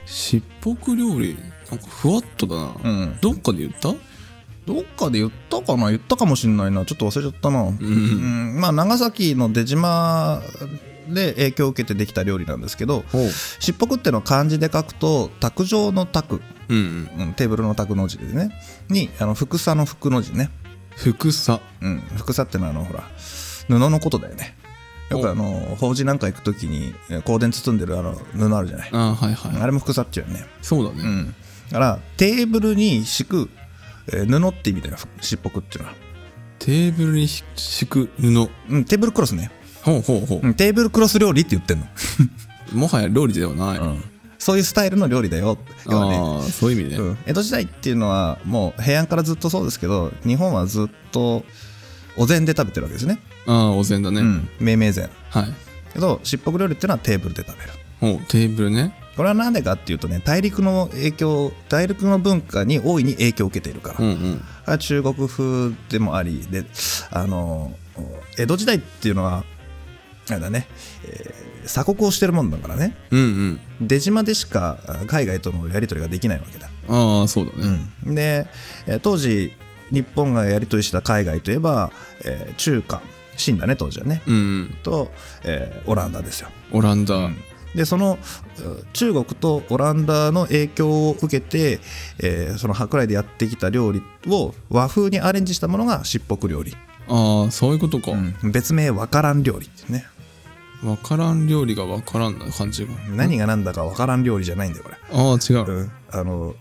S1: しっぽく料理。なんかふわっとだな。
S2: うん
S1: どっかで言った
S2: どっかで言ったかな言ったかもしんないなちょっと忘れちゃったな、うんまあ長崎の出島で影響を受けてできた料理なんですけど
S1: ほう。
S2: しっぽくってのは漢字で書くと卓上の卓、
S1: うんうん。
S2: うん、テーブルの卓の字でねにあの福さの福の字ね、
S1: ふくさ。
S2: うん、福さってのはあのほら布のことだよねよくあの法事なんか行く時にえ香典包んでるあの布あるじゃない
S1: ああ、はいは
S2: あれも福さっていうよね
S1: い。そうだ
S2: う
S1: ね。
S2: んだからテーブルに敷く、えー布って意味だよしっぽくっていうのは、
S1: テーブルにひ敷く布。
S2: うん、テーブルクロスね
S1: ほうほうほ
S2: うんテーブルクロス料理って言ってんの、
S1: う。もはや料理ではない。あ
S2: そういうスタイルの料理だよ要はね
S1: あ、そういう意味
S2: う
S1: ね。
S2: ん、江戸時代っていうのはもう平安からずっとそうですけど日本はずっとお膳で食べてるわけですね、
S1: ああ、お膳だ
S2: う
S1: ね。
S2: ん、命名膳
S1: はい。
S2: けどしっぽく料理っていうのはテーブルで食べる
S1: ほう、テーブルね。
S2: これは何でかっていうとね大陸の影響大陸の文化に大いに影響を受けているから、
S1: うんうん。
S2: あ中国風でもありであの江戸時代っていうのはあれだね、えー鎖国をしてるもんだからね
S1: うんうん。
S2: 出島でしかあ海外とのやり取りができないわけだ、
S1: ああ、そうだね。
S2: うん、でえー当時日本がやり取りした海外といえば、えー中華清だね当時はね
S1: うんうん。
S2: と、えーオランダですよ
S1: オランダ。
S2: でそのう中国とオランダの影響を受けて、えーその舶来でやってきた料理を和風にアレンジしたものがしっぽく料理、
S1: ああ、そういうことか。
S2: うん別名わからん料理ってね
S1: わからん料理がわからんな感じが。
S2: 何が何だかわからん料理じゃないんだよこれ
S1: ああ、違う。
S2: うんあの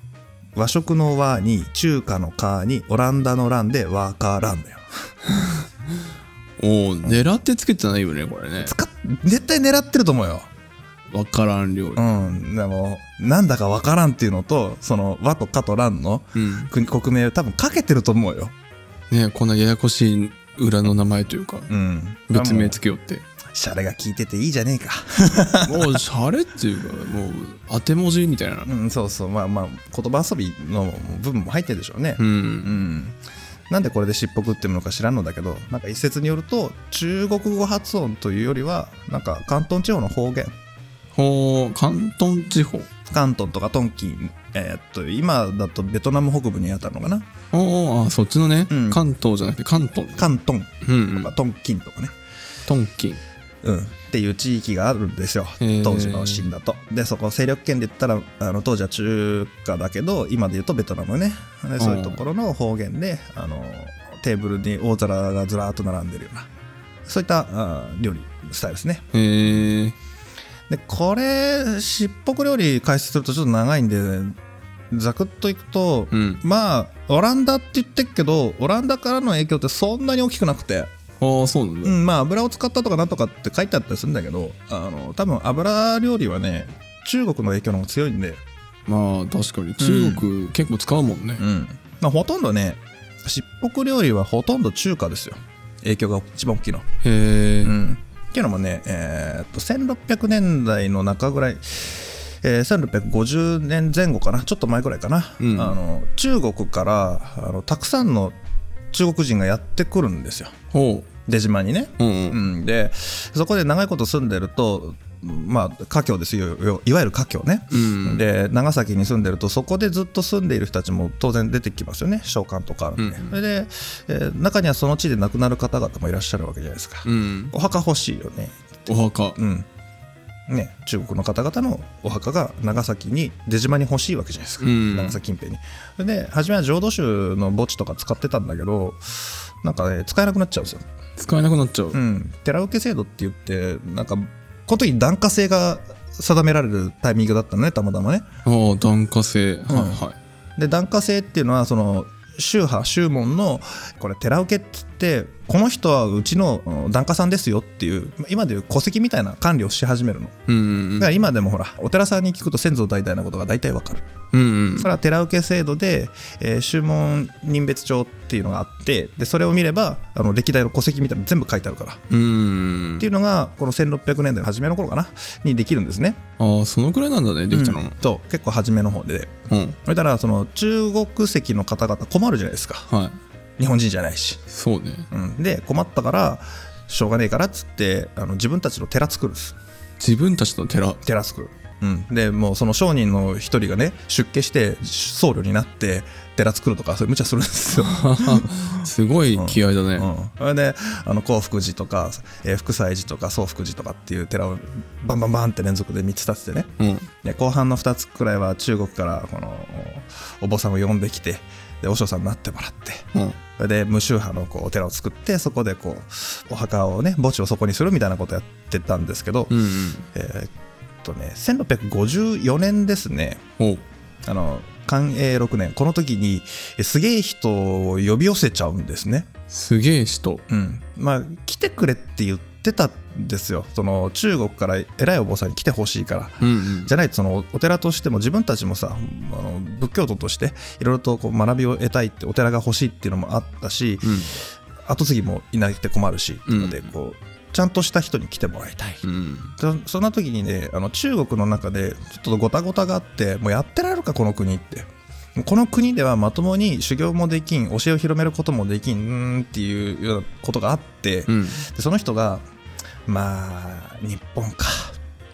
S2: 和食の和に中華のかにオランダの蘭でわからんだよ
S1: おお、狙ってつけてないよね、これね。
S2: 使っ絶対狙ってると思うよ
S1: わからん料理
S2: う。んでもなんだかわからんっていうのとその和とかと蘭の
S1: うん。
S2: 国国名を多分かけてると思うよ
S1: ねこんなややこしい裏の名前というか、
S2: うん
S1: 別名つけよって。
S2: シャレが効いてていいじゃねえか
S1: もう、シャレっていうか、もう、当て文字みたいな
S2: う。んそうそうまあまあ言葉遊びの部分も入ってるでしょうね
S1: う
S2: うん、
S1: ん。
S2: なんでこれでしっぽくってるのか知らんのだけどなんか一説によると中国語発音というよりはなんか広東地方の方言
S1: ほう、関東地方。
S2: 広東とかトンキンえーっと今だとベトナム北部にあたるのかな
S1: おお、あ、そっちのね、
S2: うん
S1: 関東じゃなくて関東。
S2: 広東
S1: うんう
S2: と
S1: ん
S2: か。トンキンとかね
S1: トンキン。
S2: うん、っていう地域があるんですよ
S1: へー
S2: 当時の清だとでそこ勢力圏で言ったらあの当時は中華だけど今で言うとベトナムねでそういうところの方言であのテーブルに大皿がずらーっと並んでるようなそういったあー料理スタイルですね
S1: へえ。
S2: でこれしっぽく料理解説するとちょっと長いんでざくっといくと、
S1: うん。
S2: まあオランダって言ってっけどオランダからの影響ってそんなに大きくなくて
S1: ああ、そうなん
S2: う
S1: だ。
S2: ん、まあ油を使ったとかなんとかって書いてあったりするんだけどあの多分油料理はね中国の影響の方が強いんで、
S1: まあ、確かに。中国、結構使うもんね。
S2: んまあ、ほとんどねしっぽく料理はほとんど中華ですよ影響が一番大きいの。
S1: へえ。
S2: うん、っていうのもね、えーっと1600年代の中ぐらい、えー1650年前後かなちょっと前ぐらいかな、
S1: うん
S2: あの中国からあのたくさんの中国人がやってくるんですよ
S1: ほ
S2: 出島にね。
S1: う。うんう。
S2: うんん、でそこで長いこと住んでるとまあ華僑ですよよいわゆる華僑ね、
S1: うん
S2: で長崎に住んでるとそこでずっと住んでいる人たちも当然出てきますよね召喚とかなん
S1: う
S2: で、
S1: んうん
S2: それで、えー中にはその地で亡くなる方々もいらっしゃるわけじゃないですか、
S1: うん
S2: お墓欲しいよね
S1: お墓
S2: うんね、中国の方々のお墓が長崎に出島に欲しいわけじゃないですか、
S1: うん
S2: 長崎近辺にそれで初めは浄土宗の墓地とか使ってたんだけどなんかね使えなくなっちゃうんですよ
S1: 使えなくなっちゃう
S2: うん、寺受け制度って言ってなんかこの時に檀家制が定められるタイミングだったのねたまたまね
S1: ああ檀家制は
S2: で檀家制っていうのはその宗派宗門のこれ寺受けっつってこの人はうちのうん檀家さんですよっていうまあ今でいう戸籍みたいな管理をし始めるの
S1: いはいうん
S2: だから今でもほらお寺さんに聞くと先祖代々のことが大体わかる
S1: うんうん
S2: それは寺受け制度で、えー宗門人別帳っていうのがあってでそれを見ればあの歴代の戸籍みたいなの全部書いてあるから
S1: うん
S2: っていうのがこの1600年代の初めの頃かなにできるんですね。
S1: ああそのくらいなんだねできたの
S2: うんと結構初めの方で。
S1: うん
S2: それからその中国籍の方々困るじゃないですか
S1: はい
S2: 日本人じゃないし。
S1: そうね
S2: うん、で困ったからしょうがねえからっつってあの自分たちの寺作るんです
S1: 自分たちの寺
S2: 寺作る。うん、でもうその商人の一人がね出家して僧侶になって寺作るとかそういう無茶するんですよ。
S1: すごい気合だね、
S2: うん、それであの興福寺とか、えー福斎寺とか宗福寺とかっていう寺をバンバンバンって連続で3つ建ててね
S1: うん
S2: で後半の2つくらいは中国からこのおお坊さんを呼んできてで和尚さんになってもらって
S1: うん
S2: それで無宗派のこうお寺を作ってそこでこうお墓をね墓地をそこにするみたいなことやってたんですけど、
S1: うん
S2: えーっとね1654年ですね
S1: うんおう
S2: あの寛永6年この時にえすげえ人を呼び寄せちゃうんですね。
S1: すげえ人
S2: うん、まあ来てくれって言ってたんですよその中国から偉いお坊さんに来てほしいから。
S1: うんうん
S2: じゃないとそのお寺としても自分たちもさあの仏教徒としていろいろとこう学びを得たいってお寺が欲しいっていうのもあったし、後継ぎもいなくて困るし、
S1: うん
S2: のでこうちゃんとした人に来てもらいたい、
S1: うんうん
S2: そそんな時にねあの中国の中でちょっとごたごたがあってもうやってられるかこの国ってもうこの国ではまともに修行もできん教えを広めることもできんうーんっていうようなことがあって、
S1: うん
S2: でその人がまあ日本か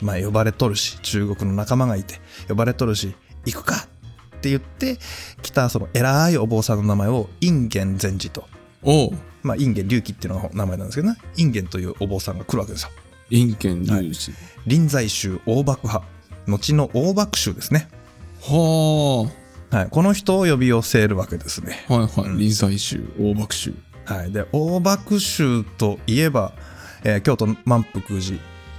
S2: まあ呼ばれとるし中国の仲間がいて呼ばれとるし行くかって言って来たその偉いお坊さんの名前を隠元禅師と
S1: おう
S2: まあ隠元隆起っていうのが名前なんですけどね隠元というお坊さんが来るわけですよ
S1: 陰剣龍士
S2: 臨済宗大幕派後の大幕宗ですね、
S1: は
S2: はい、この人を呼び寄せるわけですね
S1: あはいはい臨済宗大爆宗
S2: はい、で大幕宗といえば、えー京都の満腹寺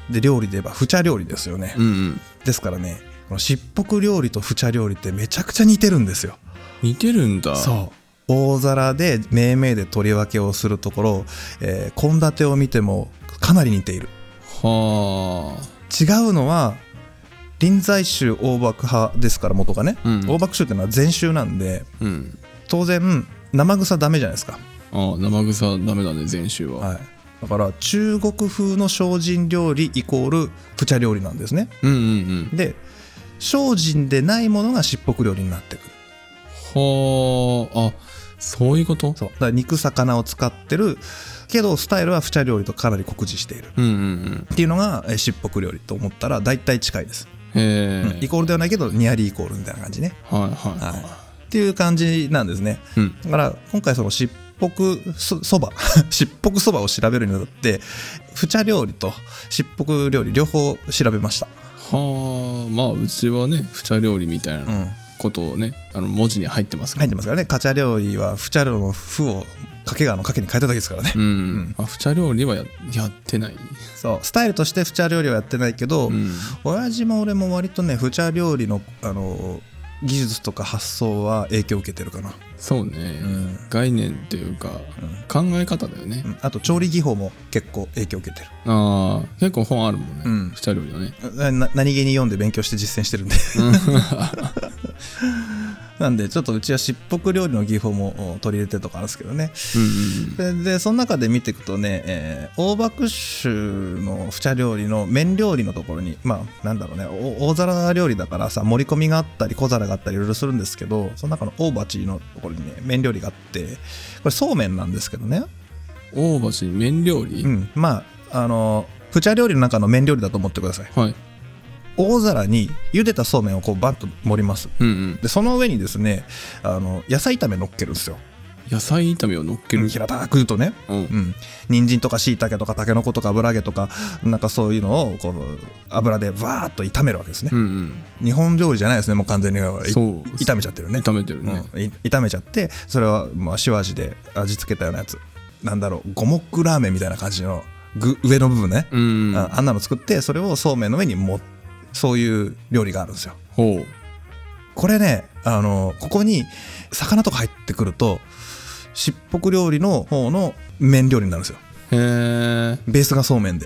S2: で料理で言えば不茶料理ですよね、
S1: うんうん
S2: ですからねこのしっぽく料理と不茶料理ってめちゃくちゃ似てるんですよ
S1: 似てるんだ
S2: そう大皿で命名で取り分けをするところえー献立、を見てもかなり似ている
S1: はあ
S2: 違うのは臨済宗大幕派ですから元がね、
S1: うん
S2: 大幕宗ってのは禅宗なんで
S1: うん
S2: 当然生臭ダメじゃないですか
S1: ああ生臭ダメだね禅宗は、
S2: はい、だから中国風の精進料理イコールプチャ料理なんですね
S1: うんうん
S2: で精進でないものがしっぽく料理になってくる
S1: うんはああそういうこと
S2: そうだから肉魚を使ってるけどスタイルはプチャ料理とかなり酷似している
S1: うんうん
S2: っていうのがえーしっぽく料理と思ったら大体近いです、
S1: うんへ
S2: イ
S1: え、
S2: コールではないけどニアリーイコールみたいな感じね、
S1: はいはい
S2: は、
S1: はいい
S2: っていう感じなんですね
S1: うん
S2: だから今回そのしっぽくそそば [laughs] しっぽくそばを調べるにあたって不茶料理としっぽく料理両方調べました
S1: はあまあうちはね不茶料理みたい
S2: うん
S1: なことをね、あの文字に入ってますから、
S2: 入ってますからねカチャ料理は不茶料理の「不」をかけがの「かけ」に変えただけですからね、
S1: うん、あ不茶料理はややってない
S2: そうスタイルとして不茶料理はやってないけど、
S1: うん
S2: 親父も俺も割とね不茶料理のあの技術とか発想は影響を受けてるかな、
S1: そうね、
S2: うん
S1: 概念っていうか、考え方だよね
S2: う、んあと調理技法も結構影響を受けてる
S1: ああ結構本あるもんね、
S2: うん
S1: 不茶料理はね
S2: なな何気に読んで勉強して実践してる
S1: [laughs]
S2: んでなんでちょっとうちはしっぽく料理の技法もお取り入れてるとかあるんですけどね
S1: うん
S2: ででその中で見ていくとね、えー、大爆酒の不茶料理の麺料理のところにまあなんだろうねお大皿料理だからさ盛り込みがあったり小皿があったりいろいろするんですけどその中の大鉢のところにね麺料理があってこれそうめんなんですけどね
S1: うんうん大橋に麺料理、
S2: うんまああのプチャ料理の中の麺料理だと思ってください
S1: はい。
S2: 大皿に茹でたそうめんをこうバッと盛ります
S1: うんうん。
S2: でその上にですねあの野菜炒め乗っけるんですよ
S1: 野菜炒めを乗っける。
S2: 平たく言うとね
S1: うん。
S2: うん、人参とか椎茸とかタケノコとか油揚げとかなんかそういうのをこう油でバーッと炒めるわけですね
S1: う、ん
S2: 日本料理じゃないですねもう完全にい
S1: うん。そう。
S2: 炒めちゃってるね
S1: 炒めてるね。
S2: うんい炒めちゃってそれはまあ塩味で味付けたようなやつなんだろう五目ラーメンみたいな感じの具上の部分ね、
S1: うん。
S2: ああんなの作ってそれをそうめんの上にもそういう料理があるんですよ
S1: ほう。
S2: これねあのここに魚とか入ってくるとしっぽく料理の方の麺料理になるんですよ
S1: へえ。
S2: ベースがそうめんで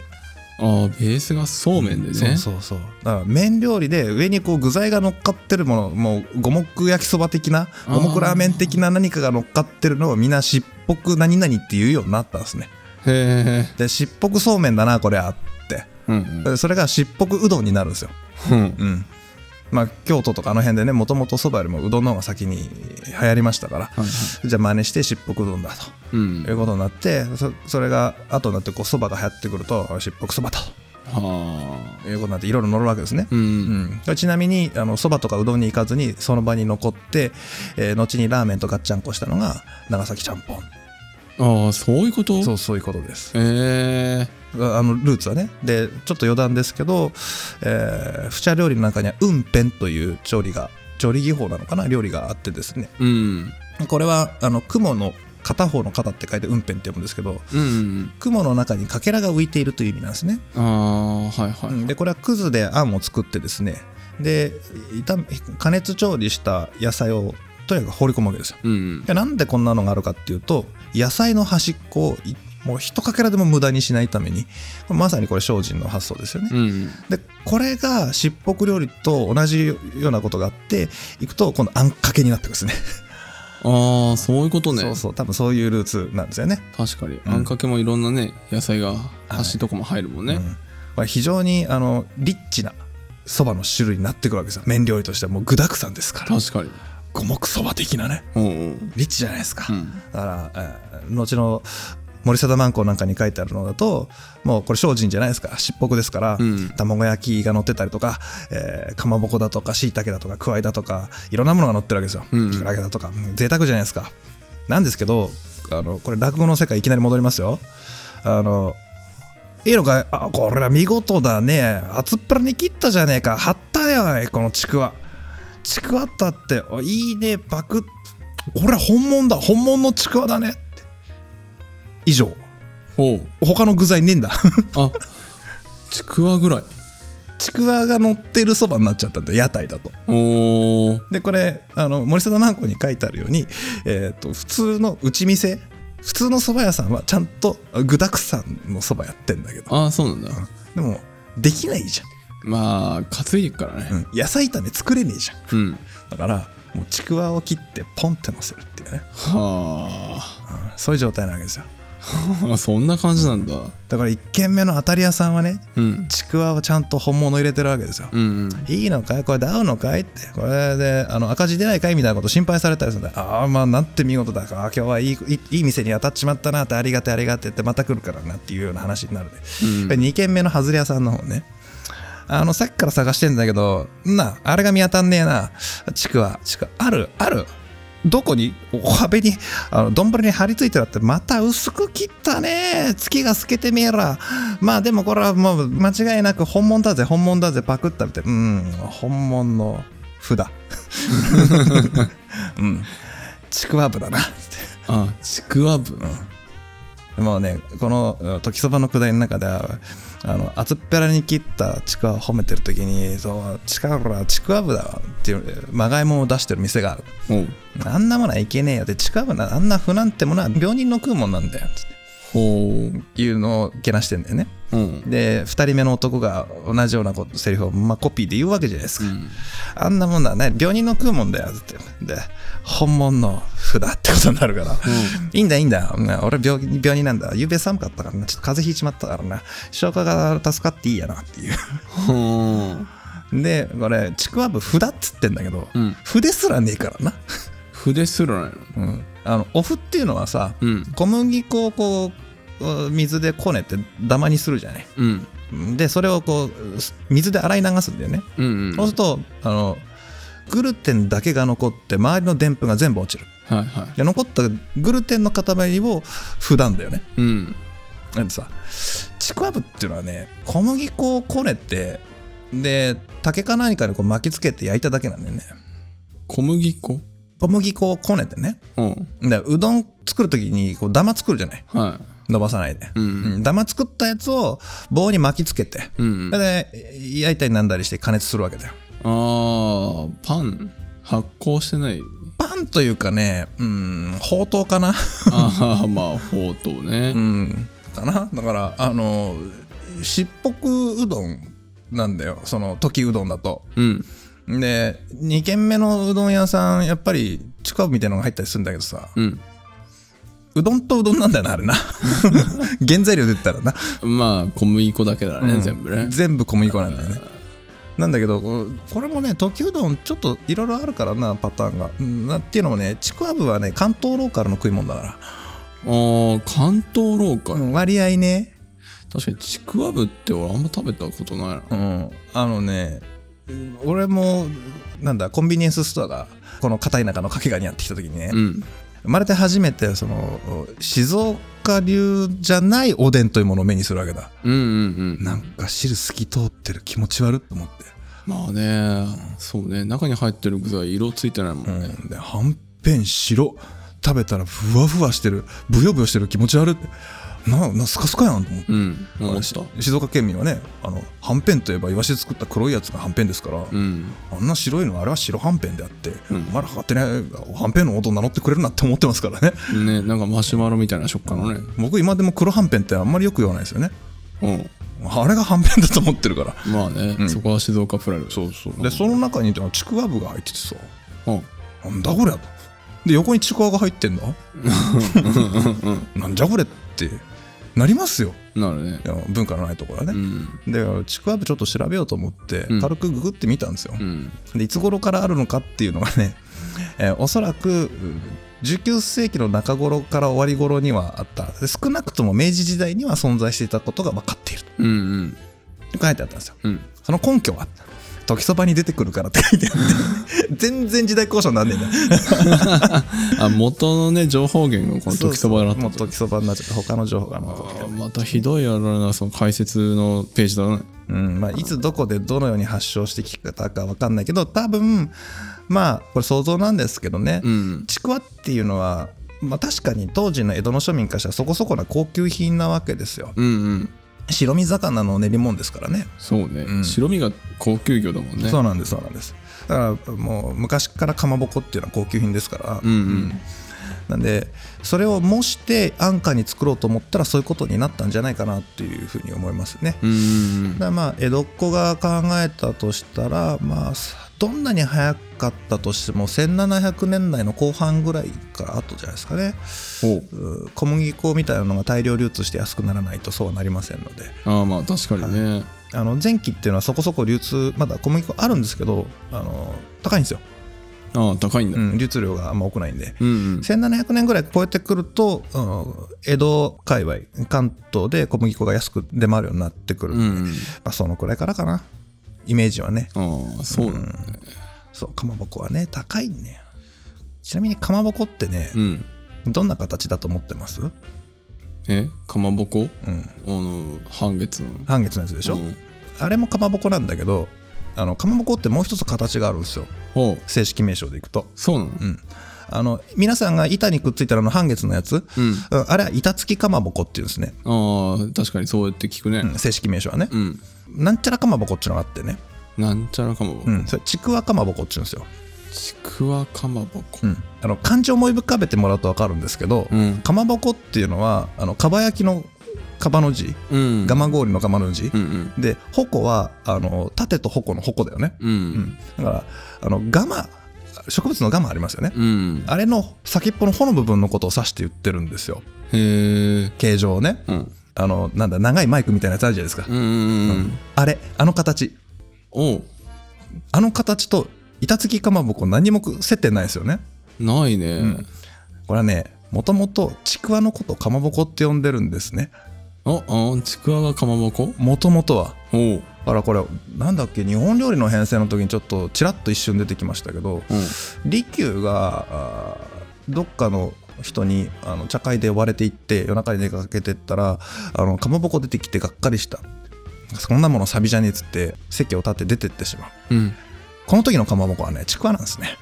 S1: ああ、ベースがそうめんでね。
S2: そうそうそうだから麺料理で上にこう具材が乗っかってるものもう五目焼きそば的な
S1: あー
S2: 五目ラーメン的な何かが乗っかってるのをみんなしっぽく何々って言うようになったんですね
S1: へえ。
S2: でしっぽくそうめんだなこれあって
S1: うん
S2: でそれがしっぽくうどんになるんですよ
S1: うん。うん。
S2: うんまあ京都とかあの辺でねもともとそばよりもうどんの方が先に流行りましたから、
S1: はいは
S2: じゃあ真似してしっぽくうどんだと
S1: うん
S2: い。うことになってそそれが後になってこうそばが流行ってくるとあしっぽくそばと
S1: はあ。
S2: いうことになっていろいろ乗るわけですね
S1: う。
S2: うんん、ちなみにあのそばとかうどんに行かずにその場に残って、えー後にラーメンとガッチャンコしたのが長崎ちゃんぽん
S1: ああ、そういうこと
S2: そうそういうことです
S1: ええ。
S2: ああのルーツはねでちょっと余談ですけど、えー、不茶料理の中にはうんぺんという調理が調理技法なのかな料理があってですね
S1: うん。
S2: これはあの雲の片方の片って書いてうんぺんって読むんですけど
S1: うんうん
S2: 雲の中にかけらが浮いているという意味なんですね
S1: うん。ああ、はいは
S2: う
S1: い。
S2: んでこれはくずであんを作ってですねで炒め加熱調理した野菜をとにかく放り込むわけですよ
S1: うん。
S2: でなんでこんなのがあるかっていうと野菜の端っこをいもう一かけらでも無駄にしないためにこれまさにこれ精進の発想ですよね、
S1: うん。
S2: でこれがしっぽく料理と同じようなことがあっていくと今度あんかけになってくるんですね
S1: ああ、そういうことね。
S2: [laughs] そうそう多分そういうルーツなんですよね
S1: 確かに。
S2: ん
S1: あんかけもいろんなね、野菜が端とかも入るもんね。
S2: うんこれ非常にあのリッチなそばの種類になってくるわけですよ麺料理としてはもう具だくさんですから
S1: 確かに。
S2: 五目そば的なね
S1: うんうん。
S2: リッチじゃないですか、
S1: うん
S2: だから、えー後の森貞万光なんかに書いてあるのだともうこれ精進じゃないですかしっぽくですから、
S1: うん
S2: 卵焼きが乗ってたりとか、えーかまぼこだとかしいたけだとかくわいだとかいろんなものが乗ってるわけですよ、
S1: うん
S2: きくらげだとかうん贅沢じゃないですかなんですけどあのこれ落語の世界いきなり戻りますよあのいいのかいあこれは見事だね厚っぱらに切ったじゃねえか貼ったよおいこのちくわちくわったっておいいねパクッこれ本物だ本物のちくわだねって以上
S1: ほう。
S2: 他の具材ねえんだ [laughs]
S1: あ、ちくわぐらい。
S2: ちくわが乗ってるそばになっちゃったんだ屋台だと
S1: おー。
S2: でこれあの森貞南子に書いてあるように、えー、と普通の打ち店普通の蕎麦屋さんはちゃんと具沢山の蕎麦やってんだけど
S1: ああ、そうなんだ。
S2: でもできないじ
S1: まあ、担いでいくから
S2: ゃん、う
S1: ね。
S2: ん、野菜炒め作れねえじゃん
S1: うん。
S2: だからもうちくわを切ってポンって乗せるっていうね、
S1: は
S2: うんそういう状態なわけですよ
S1: あ。そんな感じなんだ。
S2: だから1軒目の当たり屋さんはね
S1: うん。
S2: ちくわをちゃんと本物入れてるわけですよ、
S1: うんうん。
S2: いいのかいこれで合うのかいってこれであの赤字出ないかいみたいなこと心配されたりするんだああまあなんて見事だかあー今日はいいいいいい店に当たっちまったなってありがてえありがてえってまた来るからなっていうような話になるで、
S1: うん
S2: で2軒目のハズレ屋さんの方ねあのさっきから探してんだけどんなあれが見当たんねえなちくわちくわあるあるどこにお壁にあの丼に張り付いてるってまた薄く切ったね月が透けて見えらまあでもこれはもう間違いなく本物だぜ本物だぜパクったみたいなうん本物の札うん [laughs] ちくわぶだな
S1: あ、ちくわぶ。
S2: もうね、このうん時そばのくだりの中では、あの、厚っぺらに切ったちくわを褒めてるときに、そう、ちくわほら、ちくわぶだわっていう、まがいもんを出してる店がある。
S1: ほう。
S2: あんなものはいけねえよって、ちくわぶな、あんな不なんてものは病人の食うもんなんだよっ
S1: ほ
S2: ていうのをけなしてんだよね。
S1: う。うん。
S2: で、二人目の男が同じようなことセリフを、まあ、コピーで言うわけじゃないですか。
S1: うん
S2: あんなもんだね、病人の食うもんだよって。で、本物の札ってことになるから。いいんだ、いいんだ。うん俺病、病人なんだ。夕べ寒かったからな。ちょっと風邪ひいちまったからな。消化が助かっていいやなっていう。 [laughs]
S1: ほう。
S2: で、これ、ちくわぶ札っつってんだけど、
S1: うん
S2: 筆すらねえからな。
S1: 筆すらないの。
S2: うん。あの、お麩っていうのはさ、
S1: うん
S2: 小麦粉をこう、うん水でこねてダマにするじゃない
S1: うん
S2: でそれをこうす水で洗い流すんだよね、
S1: うんうん
S2: そうするとあのグルテンだけが残って周りのでんぷんが全部落ちる
S1: はいはい
S2: で残ったグルテンの塊を普段だよね
S1: うん
S2: なんでさちくわぶっていうのはね小麦粉をこねてで竹か何かでこう巻きつけて焼いただけなんだよね
S1: 小麦粉
S2: 小麦粉をこねてね
S1: うん
S2: でうどん作る時にこうダマ作るじゃない
S1: は
S2: 伸ばさないで、
S1: いうん
S2: うんダマ作ったやつを棒に巻きつけて、
S1: うんうん
S2: それで焼いたりなんだりして加熱するわけだよ
S1: あーパン発酵してない
S2: パンというかねうんほうとうかな
S1: ああまあほうとうね
S2: うんかな [laughs] だからあのしっぽくうどんなんだよその時うどんだと
S1: うん
S2: で2軒目のうどん屋さんやっぱりちくわぶみたいなのが入ったりするんだけどさ
S1: うん
S2: うどんとうどんなんだよな
S1: [laughs]
S2: あれな原材料で言ったらな
S1: まあ小麦粉だけだね、
S2: うん
S1: 全部ね
S2: 全部小麦粉なんだよねなんだけどここれもね時うどんちょっといろいろあるからなパターンが、うんなっていうのもねちくわぶはね関東ローカルの食い物だか
S1: あー関東ローカ
S2: ら、
S1: ル、
S2: うん割合ね、
S1: 確かにちくわぶって俺あんま食べたことないな
S2: うん、あのねうん俺もなんだコンビニエンスストアがこの片田舎の掛川にやってきた時にね、
S1: うん
S2: 生まれて初めてその静岡流じゃないおでんというものを目にするわけだ
S1: うんうんうん
S2: なんか汁透き通ってる気持ち悪っと思って
S1: まあねそうね中に入ってる具材色ついてないもんね、
S2: ではんぺん白食べたらふわふわしてるぶよぶよしてる気持ち悪ってななスカスカやんと思って、
S1: うん思った
S2: 静岡県民はねあのはんぺんといえばイワシで作った黒いやつがはんぺんですから、
S1: うん
S2: あんな白いのあれは白はんぺんであって、
S1: うん
S2: お前ら勝手にはんぺんの音名乗ってくれるなって思ってますからね [laughs]
S1: ねなんかマシュマロみたいな食感のね
S2: 僕今でも黒はんぺんってあんまりよく言わないですよね
S1: うん
S2: あれがはんぺんだと思ってるから
S1: まあね、
S2: うん
S1: そこは静岡プライドそうそう
S2: でその中にちくわぶが入っててさ
S1: うん
S2: なんだこりゃとで横にちくわが入
S1: [laughs]
S2: ってんだなんじゃこれってなりますよ
S1: なるね
S2: いや文化のないとこ
S1: う
S2: ろはね、
S1: ん
S2: でちくわぶちょっと調べようと思って
S1: うん
S2: 軽くググってみたんですよ、
S1: うん
S2: でいつ頃からあるのかっていうのがね、 [laughs] えーおそらくうん19世紀の中頃から終わり頃にはあったで少なくとも明治時代には存在していたことが分かっている
S1: うんうん
S2: と書いてあったんですよ
S1: うん
S2: その根拠は時そばに出てくるからって書
S1: [laughs]
S2: いてあって全然時代交渉になんねえんだ
S1: あ元のね情報源がこの時そばだっ
S2: も
S1: た
S2: う時そばになっちゃって他の情報が残って
S1: あーまたひどいあれだなその解説のページだな
S2: うんまあ、いつどこでどのように発症してきたか分かんないけど多分まあこれ想像なんですけどね、
S1: うん
S2: ちくわっていうのは、まあ、確かに当時の江戸の庶民からしたらそこそこな高級品なわけですよ
S1: うんうん
S2: 白身魚の練り物ですからね
S1: そうね、
S2: うん
S1: 白身が高級魚だもんね
S2: そううなんですそうなんですだからもう昔からかまぼこっていうのは高級品ですから、
S1: んうん
S2: なんでそれを模して安価に作ろうと思ったらそういうことになったんじゃないかなっていうふうに思いますね
S1: うんうんうん
S2: だからまあ江戸っ子が考えたとしたらまあどんなに早かったとしても1700年代の後半ぐらいから後じゃないですかね
S1: おう
S2: うー小麦粉みたいなのが大量流通して安くならないとそうはなりませんので
S1: ああまあ確かにね、
S2: あの前期っていうのはそこそこ流通まだ小麦粉あるんですけどあの高いんですよ、
S1: ああ高いんだ、
S2: う
S1: うん、
S2: ん、流通量があんま多くないんで
S1: うんうん
S2: 1700年ぐらい超えてくると、うん江戸界隈関東で小麦粉が安く出回るようになってくるんで、
S1: うん
S2: まあ、そのくらいからかなイメージはね
S1: ああそうなんだね
S2: そうかまぼこはね高いんだよちなみにかまぼこってね
S1: うん、、
S2: どんな形だと思ってます、う
S1: えかまぼこ
S2: ん、
S1: あの半月の
S2: 半月のやつでしょ、
S1: うん
S2: あれもかまぼこなんだけどあのかまぼこってもう一つ形があるんですよ
S1: おう
S2: 正式名称でいくと、
S1: そうなの
S2: うん、あの皆さんが板にくっついたらの半月のやつ、
S1: うん
S2: うんあれは板付きかまぼこっていうんですね、
S1: ああ確かにそうやって聞くね
S2: うん正式名称はね
S1: う、ん、
S2: なんちゃらかまぼこっていうのがあってね、
S1: なんちゃらかまぼこ、
S2: うん、それちくわかまぼこっていうんですよ、
S1: ちくわかまぼこ
S2: うん、あの漢字を思い浮かべてもらうと分かるんですけど、
S1: うん
S2: かまぼこっていうのはあのかば焼きのかばの字
S1: うん
S2: 蒲氷の蒲の字
S1: う、ん
S2: で矛はあの盾と矛の矛だよね、
S1: うんうん
S2: だからあのガマ植物のガマありますよね、
S1: うん
S2: あれの先っぽの穂の部分のことを指して言ってるんですよ
S1: へえ
S2: 形状をね
S1: うん
S2: あのなんだ長いマイクみたいなやつあるじゃないですか、
S1: うんうんうん
S2: あれあの形
S1: おう
S2: あの形と板付きかまぼこ何もく接点ないですよね
S1: ないね
S2: これはねもともとちくわのことをかまぼこって呼んでるんですね
S1: ああちくわがかまぼこ
S2: もともとは
S1: おう
S2: だからこれなんだっけ日本料理の編成の時にちょっとちらっと一瞬出てきましたけど
S1: うん
S2: 利休があーどっかの人にあの茶会で呼ばれていって夜中に出かけてったらあのかまぼこ出てきてがっかりしたそんなものサビじゃねえっつって席を立って出てってしまう
S1: うん
S2: この時のかまぼこはねちくわなんですね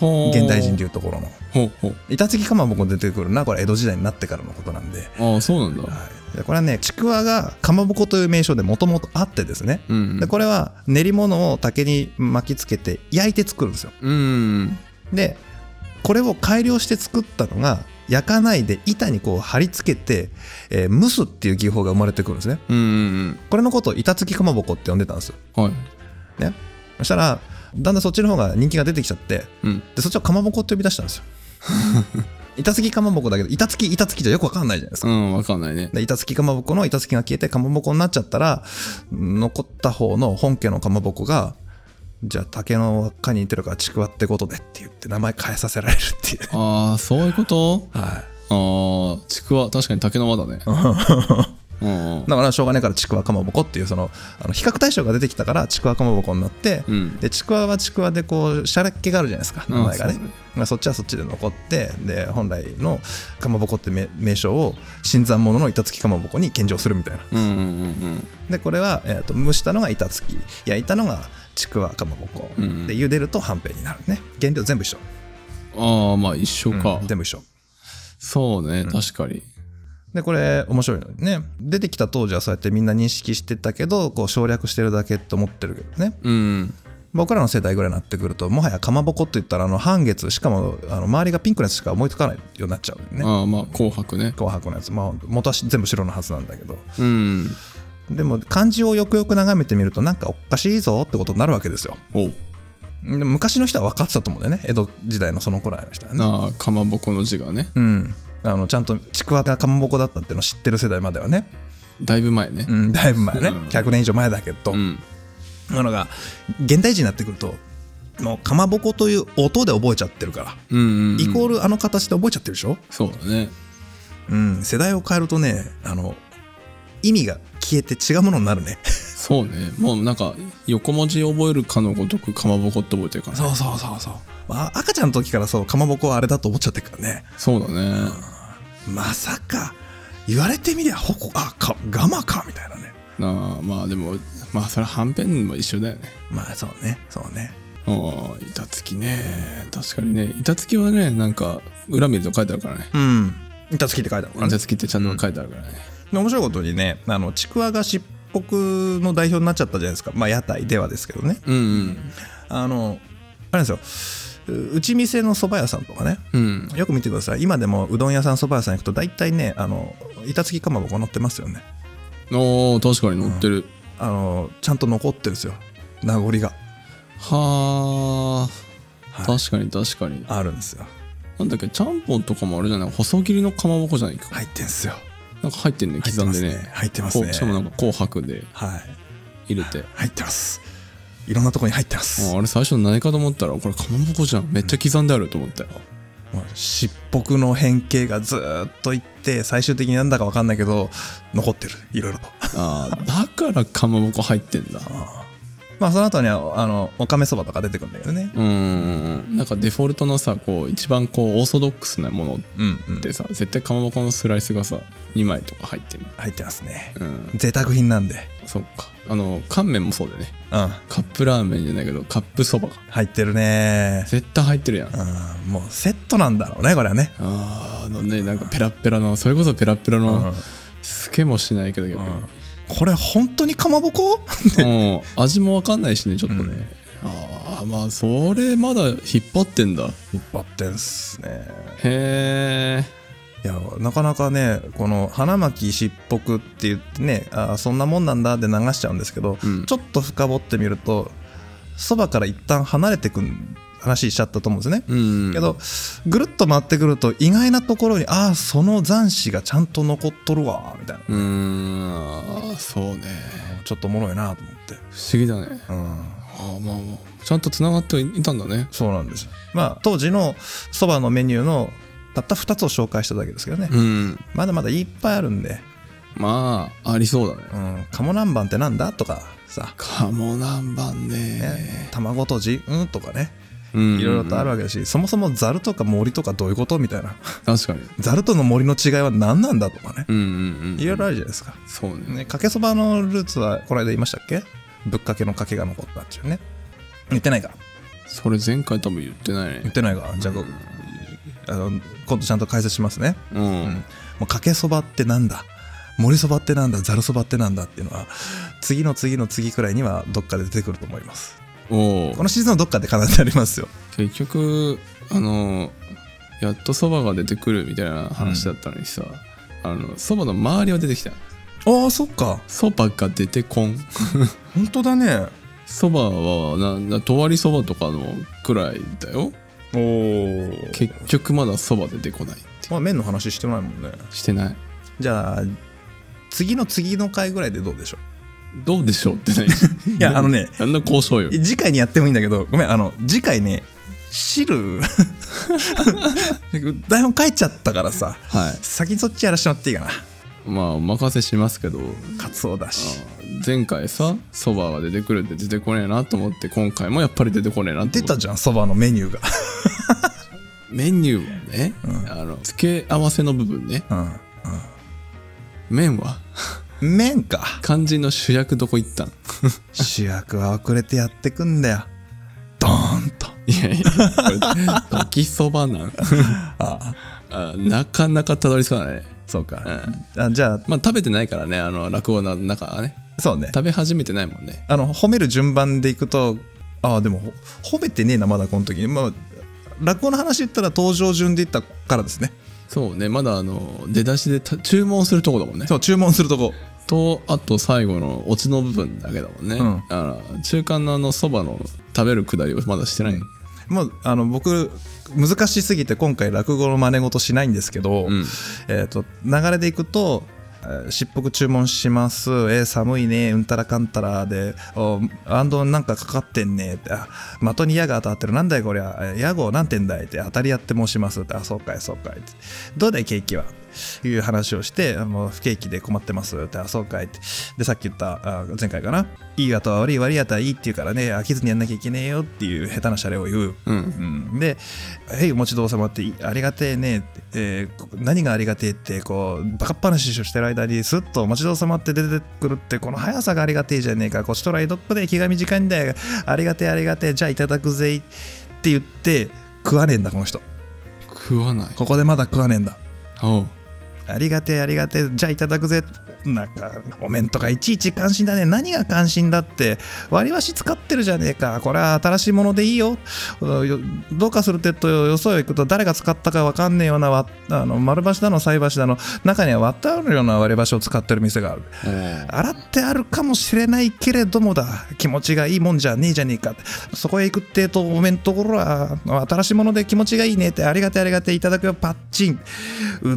S1: ほう
S2: 現代人でいうところの
S1: ほうほう
S2: 板付きかまぼこ出てくるなこれ江戸時代になってからのことなんで、
S1: ああそうなんだ
S2: はい、でこれはねちくわがかまぼこという名称でもともとあってですね
S1: うんうん
S2: でこれは練り物を竹に巻きつけて焼いて作るんですよ
S1: うん
S2: でこれを改良して作ったのが焼かないで板にこう貼り付けて、えー蒸すっていう技法が生まれてくるんですね
S1: うんうん
S2: これのことを板付きかまぼこって呼んでたんですよ
S1: うんはい
S2: ねそしたらだんだんそっちの方が人気が出てきちゃって
S1: うん
S2: でそっちをかまぼこって呼び出したんですよ板付きかまぼこだけど板付き板付きじゃよくわかんないじゃないですか
S1: うんわかんないね
S2: で板付きかまぼこの板付きが消えてかまぼこになっちゃったら残った方の本家のかまぼこがじゃあ竹の輪っかに似てるからちくわってことでって言って名前変えさせられるっていう
S1: ああそういうこと
S2: はい
S1: ああちくわ確かに竹の輪
S2: [laughs]
S1: だねうんうん
S2: だからしょうがないからちくわかまぼこっていうそのあの比較対象が出てきたからちくわかまぼこになって、
S1: うん
S2: でちくわはちくわでこうしゃらっ気があるじゃないですか
S1: うん
S2: 名前がね
S1: そうね
S2: まあそっちはそっちで残ってで本来のかまぼこって名名称を新参者の板付きかまぼこに献上するみたいな
S1: うんうんうん
S2: でこれは、えー、と蒸したのが板付き焼いたのがちくわかまぼこ、
S1: うんうん
S2: で茹でるとはんぺんになるね原料全部一緒、
S1: うんああまあ一緒か
S2: うん全部一緒
S1: そうね確かに
S2: でこれ面白いのにね出てきた当時はそうやってみんな認識してたけどこう省略してるだけって思ってるけどね
S1: うん
S2: 僕らの世代ぐらいになってくるともはやかまぼこって言ったらあの半月しかもあの周りがピンクのやつしか思いつかないようになっちゃうよね
S1: ああまあ紅白ね
S2: 紅白のやつ、まあ、元は全部白のはずなんだけど
S1: うん
S2: でも漢字をよくよく眺めてみるとなんかおかしいぞってことになるわけですよ
S1: おう
S2: でも昔の人は分かってたと思うんだよね江戸時代のその頃の人はね
S1: なあかまぼこの字がね
S2: うんあのちゃんとちくわがかまぼこだったっていうのを知ってる世代まではね、
S1: だいぶ前ね
S2: うん、だいぶ前ね
S1: うん
S2: 100年以上前だけど、
S1: うん
S2: なのが現代人になってくるともうかまぼこという音で覚えちゃってるから、
S1: うんうんうん
S2: イコールあの形で覚えちゃってるでしょ、
S1: そうだね
S2: うん、世代を変えるとねあの意味が消えて違うものになるね
S1: そうねもうなんか横文字覚えるかのごとくかまぼこって覚えてるからね
S2: うそうそうそう、まあ、赤ちゃんの時からそうかまぼこはあれだと思っちゃってるからね
S1: そうだね
S2: まさか言われてみりゃほこあかガマかみたいなね
S1: なあまあでもまあそれははんぺんも一緒だよね
S2: まあそうねそうね
S1: ああ板付きね確かにね板付きはねなんか裏見ると書いてあるからね
S2: うん板付きって書いてあるからね
S1: 板付きってちゃんと書いてあるからね
S2: で面白いことにねあのちくわがしっぽくの代表になっちゃったじゃないですかまあ屋台ではですけどね
S1: うんうん
S2: あのあれなんですよううち店の蕎麦屋さんとかね
S1: うん
S2: よく見てください今でもうどん屋さん蕎麦屋さん行くと大体ねあの板付きかまぼこ乗ってますよね
S1: おー確かに載ってる、
S2: あのちゃんと残ってるんですよ名残が
S1: はあ、
S2: は
S1: 確かに確かに
S2: あるんですよ
S1: なんだっけちゃんぽんとかもあれじゃない細切りのかまぼこじゃないか、
S2: 入ってんすよ
S1: なんか入ってんね
S2: 入
S1: 刻
S2: って
S1: ん
S2: ま
S1: ですね
S2: ね入ってますね
S1: こうしかもなんか紅白で
S2: はい
S1: 入れて
S2: 入ってますいろんなとこに入ってます
S1: ああれ最初何かと思ったらこれかまぼこじゃんめっちゃ刻んであると思
S2: [laughs]
S1: ったよ、
S2: もうしっぽくの変形がずーっといって最終的になんだか分かんないけど残ってるいろいろと [laughs]
S1: ああだからかまぼこ入ってんだ
S2: まあその後にはあのおかめそばとか出てくるんだけどね
S1: うんうんうんなんかデフォルトのさこう一番こうオーソドックスなものっ
S2: うんうん
S1: てさ絶対かまぼこのスライスがさ2枚とか入ってる
S2: 入ってますね
S1: うん
S2: 贅沢品なんで
S1: そっかあの乾麺もそうだよね
S2: うん
S1: カップラーメンじゃないけどカップそばが
S2: 入ってるね
S1: 絶対入ってるやんあ
S2: うんもうセットなんだろうねこれはね
S1: あーあのねなんかペラッペラのそれこそペラッペラ
S2: う
S1: の
S2: ん
S1: 透けもしないけど逆に
S2: これ本当にかま
S1: [laughs]
S2: ぼこ
S1: うん味もわかんないしねちょっとね、ああまあそれまだ引っ張ってんだ
S2: 引っ張ってんすね
S1: へえ
S2: いやなかなかねこの花巻しっぽくって言ってねあーそんなもんなんだって流しちゃうんですけど、
S1: うん
S2: ちょっと深掘ってみるとそばから一旦離れてくん話しちゃったと思うんですね、
S1: うん
S2: けどぐるっと回ってくると意外なところにああその残滓がちゃんと残っとるわみたいな、
S1: うーんあーそうね
S2: ちょっとおもろいなと思って、
S1: 不思議だね
S2: うん、
S1: ああまあまあちゃんとつながっていたんだね
S2: そうなんですまあ当時のそばのメニューのたった2つを紹介しただけですけどね、
S1: うん。
S2: まだまだいっぱいあるんで、
S1: まあ、ありそうだね。
S2: うん、鴨南蛮ってなんだとかさ、
S1: カモ南蛮
S2: ね
S1: ね。
S2: 卵とじうんとかね
S1: うん
S2: いろいろとあるわけだし、そもそもザルとか森とかどういうことみたいな [laughs]
S1: 確かに。
S2: ザルとの森の違いは何なんだとかね
S1: うんうんうん。
S2: いろいろあるじゃないですか、
S1: そうね。
S2: ね、かけそばのルーツはこの間言いましたっけぶっかけのかけが残ったっていうね言ってないか
S1: それ前回多分言ってない
S2: 言っ
S1: ね。
S2: てないかじゃあ,、あの今度ちゃんと解説しますね
S1: うん。
S2: もうかけそばってなんだ森そばってなんだざるそばってなんだっていうのは次の次の次くらいにはどっかで出てくると思います
S1: おお
S2: こ。のシーズンのどっかで必ずありますよ
S1: 結局、あの、やっとそばが出てくるみたいな話だったのにさ、あの、そばの周りは出てきた。
S2: ああそっか
S1: そばが出てこん。
S2: 本当だね
S1: そばはな、な、とわりそばとかのくらいだよ。
S2: お
S1: 結局まだそば出てこない。
S2: まあ麺の話してないもんね
S1: してない。
S2: じゃあ次の次の回ぐらいでどうでしょ
S1: どうでしょうってね。
S2: う
S1: [laughs]
S2: [laughs] いやあのね
S1: あんな交渉よ。
S2: 次回にやってもいいんだけどごめんあの次回ね [laughs] 汁台本書いちゃったからさ
S1: はい。
S2: 先にそっちやらしてもらっていいかな
S1: まあ、お任せしますけど、
S2: カツオだし
S1: 前回さ、そばが出てくるって出てこねえなと思って、今回もやっぱり出てこねえなって
S2: 出たじゃんそばのメニューが [laughs]
S1: メニューはね、あの、付け合わせの部分ね。麺は
S2: うん麺か
S1: 肝心の [laughs] 主役どこ行ったん
S2: 主役は遅れてやってくんだよドーンと
S1: いやいや、これ、時そばなん
S2: あ
S1: [laughs] あなかなかたどり着かないね。
S2: そうか、あじゃあ
S1: まあ、食べてないからね、あの、落語の中はね。
S2: そうね
S1: 食べ始めてないもんね。
S2: あの褒める順番でいくとああでもほ褒めてねえなまだこの時まあ落語の話言ったら登場順で言ったからですね
S1: そうね、まだあの、出だしでた注文するとこだもんね。
S2: そう注文するとこ
S1: と、あと最後のオチの部分だけだもんね。
S2: うん
S1: あの中間のあの、そばの食べるくだりをまだしてない。
S2: もうあの僕難しすぎて今回落語の真似事しないんですけど、
S1: ん
S2: えー、と流れでいくとえー「しっぽく注文します」えー「寒いねうんたらかんたら」で「おアンドなんかかかってんね」ってあ「的に矢が当たってるなんだいこりゃえー矢号なんてんだい」って「当たり屋って申します」って「あそうかいそうかい」って「どうだいケーキは」いう話をして「もう不景気で困ってます」って「あそうかい」ってでさっき言ったあ前回かな「いいやとは悪い悪いやとはいい」って言うからね飽きずにやんなきゃいけねえよっていう下手なシャレを言う。
S1: うん。
S2: うん、で「へいお待ちどうさま」ってい「ありがてえね」って、えーこ何がありがてえってこうバカっぱなししてる間にスッと「お待ちどうさま」って出てくるってこの速さがありがてえじゃねえかこっちとらいどっぽで気が短いんだよありがてえありがてえじゃあいただくぜいって言って食わねえんだこの人
S1: 食わない。
S2: ここでまだ食わねえんだ
S1: おう
S2: ありがてえありがてえじゃあいただくぜなんかお面とかいちいち関心だね何が関心だって割り箸使ってるじゃねえかこれは新しいものでいいようんよどうかするてっとよそへ行くと誰が使ったかわかんねえようなわあの丸箸だの菜箸だの中には割ってあるような割り箸を使ってる店がある
S1: おう
S2: 洗ってあるかもしれないけれどもだ気持ちがいいもんじゃねえじゃねえかそこへ行くってえとおめんところは新しいもので気持ちがいいねってありがてえありがてえいただくよパッチン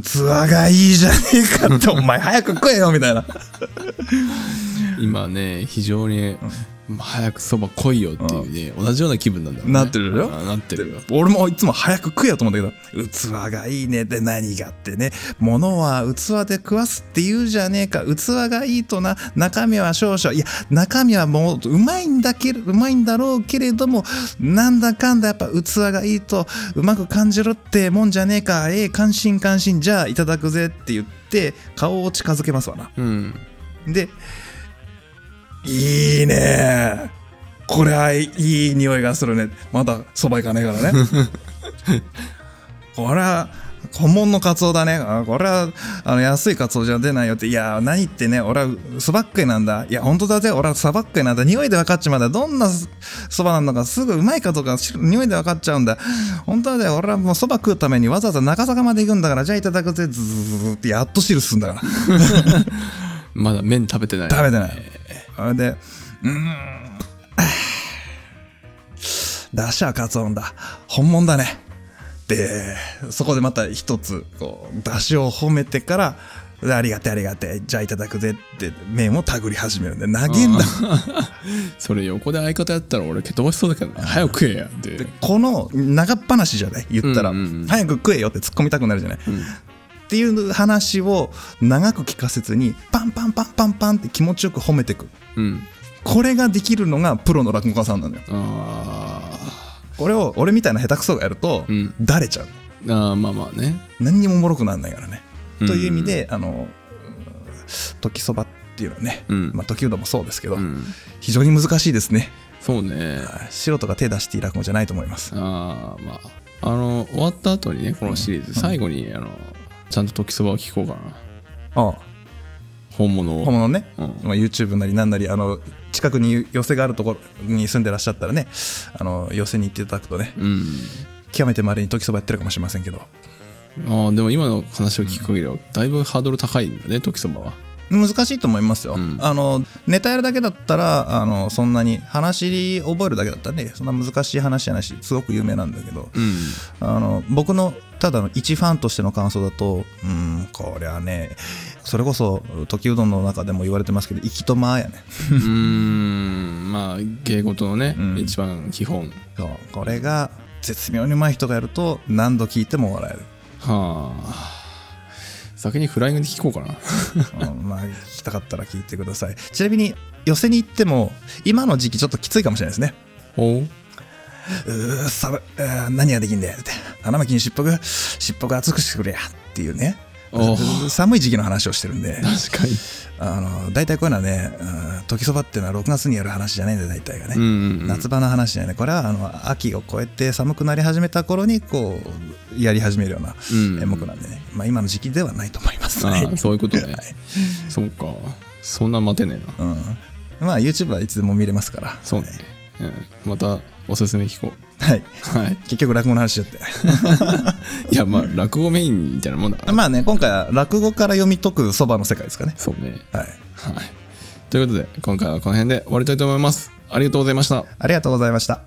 S2: 器がいいじゃねえかってお前早く食えよみたいな
S1: 今ね、非常に、早くそば来いよっていうね、同じような気分なんだろうね
S2: なってるよ
S1: あなってるよ。
S2: 俺もいつも早く食えよと思うんだけど器がいいねって何がってね物は器で食わすって言うじゃねえか器がいいとな中身は少々いや中身はもううまいんだけれうまいんだろうけれどもなんだかんだやっぱ器がいいとうまく感じるってもんじゃねえかええ感心感心じゃあいただくぜって言って顔を近づけますわな
S1: うん。
S2: でいいねこれはいい匂いがするねまだそば行かねえからねこれは本物のカツオだねあこれはあの安いカツオじゃ出ないよっていや何言ってね俺はそばっ食いなんだいや本当だぜ俺はそばっ食いなんだ匂いで分かっちまうんだどんなそばなのかすぐうまいかとか知る匂いで分かっちゃうんだ本当だぜ俺はもうそば食うためにわざわざ中坂まで行くんだからじゃあいただくぜズズズズってやっと汁すんだから
S1: まだ麺食べてない。
S2: 食べてない。あれで、うーん、 [sighs] だしはカツオだ。本物だね。で、そこでまた一つ、こう、だしを褒めてから、でありがてえありがてえじゃあいただくぜって麺を手繰り始めるんで投げんだ
S1: [laughs] それ横で相方やったら俺蹴飛ばしそうだけどな早く食えやって
S2: この長っ話じゃない言ったら、
S1: うんうんうん
S2: 早く食えよって突っ込みたくなるじゃない、っていう話を長く聞かせずにパンパンパンパンパンって気持ちよく褒めてく
S1: うん
S2: これができるのがプロの落語家さんなんだよ
S1: あ
S2: これを俺みたいな下手くそがやると、
S1: うん
S2: だれちゃう
S1: ーあーまあまあね
S2: 何にもおもろくならないからね、
S1: うん
S2: という意味であのうん時そばっていうのはね、
S1: うん
S2: まあ、時うどんもそうですけど、
S1: うん
S2: 非常に難しいですね
S1: そうね
S2: 素人が手出していい落語じゃないと思います
S1: ああまああの終わった後にねこのシリーズ最後にあのちゃんと時そばを聞こうかな
S2: ああ
S1: 本物を
S2: 本物ね、
S1: うん
S2: まあ、YouTube なりなんなりあの近くに寄せがあるところに住んでらっしゃったらねあの寄せに行っていただくとね
S1: うん
S2: 極めてまれに時そばやってるかもしれませんけど
S1: ああでも今の話を聞く限りはだいぶハードル高いんだね時そばは
S2: 難しいと思いますよ、
S1: うん
S2: あのネタやるだけだったらあのそんなに話覚えるだけだったらねそんな難しい話じゃないしすごく有名なんだけど、
S1: うん
S2: あの僕のただの一ファンとしての感想だとうんこれはねそれこそ時うどんの中でも言われてますけど「行きとま」やね
S1: うーん [laughs] まあ芸事のね、
S2: うん
S1: 一番基本
S2: そうこれが絶妙にうまい人がやると何度聞いても笑える
S1: はあ先にフライングで聞こうかな
S2: うん [laughs] まあ聞きたかったら聞いてくださいちなみに寄せに行っても今の時期ちょっときついかもしれないですね
S1: おう
S2: うー寒いうー何ができんだよって花巻にしっぽくしっぽく熱くしてくれやっていうね
S1: お
S2: 寒い時期の話をしてるんで
S1: [laughs] 確かに
S2: あの大体こういうのはねうん時そばっていうのは6月にやる話じゃないんだよ大体がね、
S1: うんうんうん
S2: 夏場の話じゃないねこれはあの秋を越えて寒くなり始めた頃にこうやり始めるような
S1: うん
S2: 演目なんでね、まあ、今の時期ではないと思いますね、
S1: ああそういうことね、
S2: はい
S1: そうかそんな待てねえな
S2: うん、まあ YouTube はいつでも見れますから
S1: そうね、うん、またおすすめ聞こう
S2: はい
S1: はい
S2: 結局落語の話しちゃっ
S1: いやまあ落語メインみたいなもんだか
S2: て
S1: ら
S2: まあね今回は落語から読み解くそばの世界ですかね
S1: そうね
S2: はい
S1: はいということで今回はこの辺で終わりたいと思いますありがとうございました
S2: ありがとうございました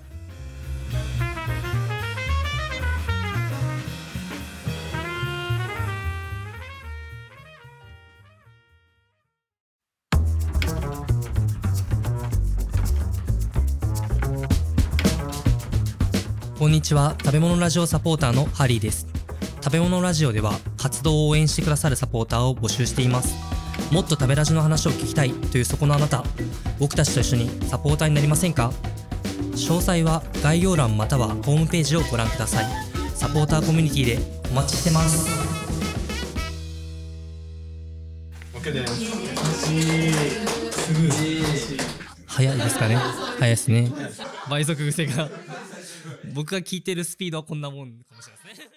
S3: こんにちは食べ物ラジオサポーターのハリーです食べ物ラジオでは活動を応援してくださるサポーターを募集していますもっと食べラジの話を聞きたいというそこのあなた僕たちと一緒にサポーターになりませんか詳細は概要欄またはホームページをご覧くださいサポーターコミュニティでお待ちしてます
S1: OK です
S3: 早いですかね早
S1: [laughs]
S3: いですね倍速癖が僕が聞いてるスピードはこんなもんかもしれないですね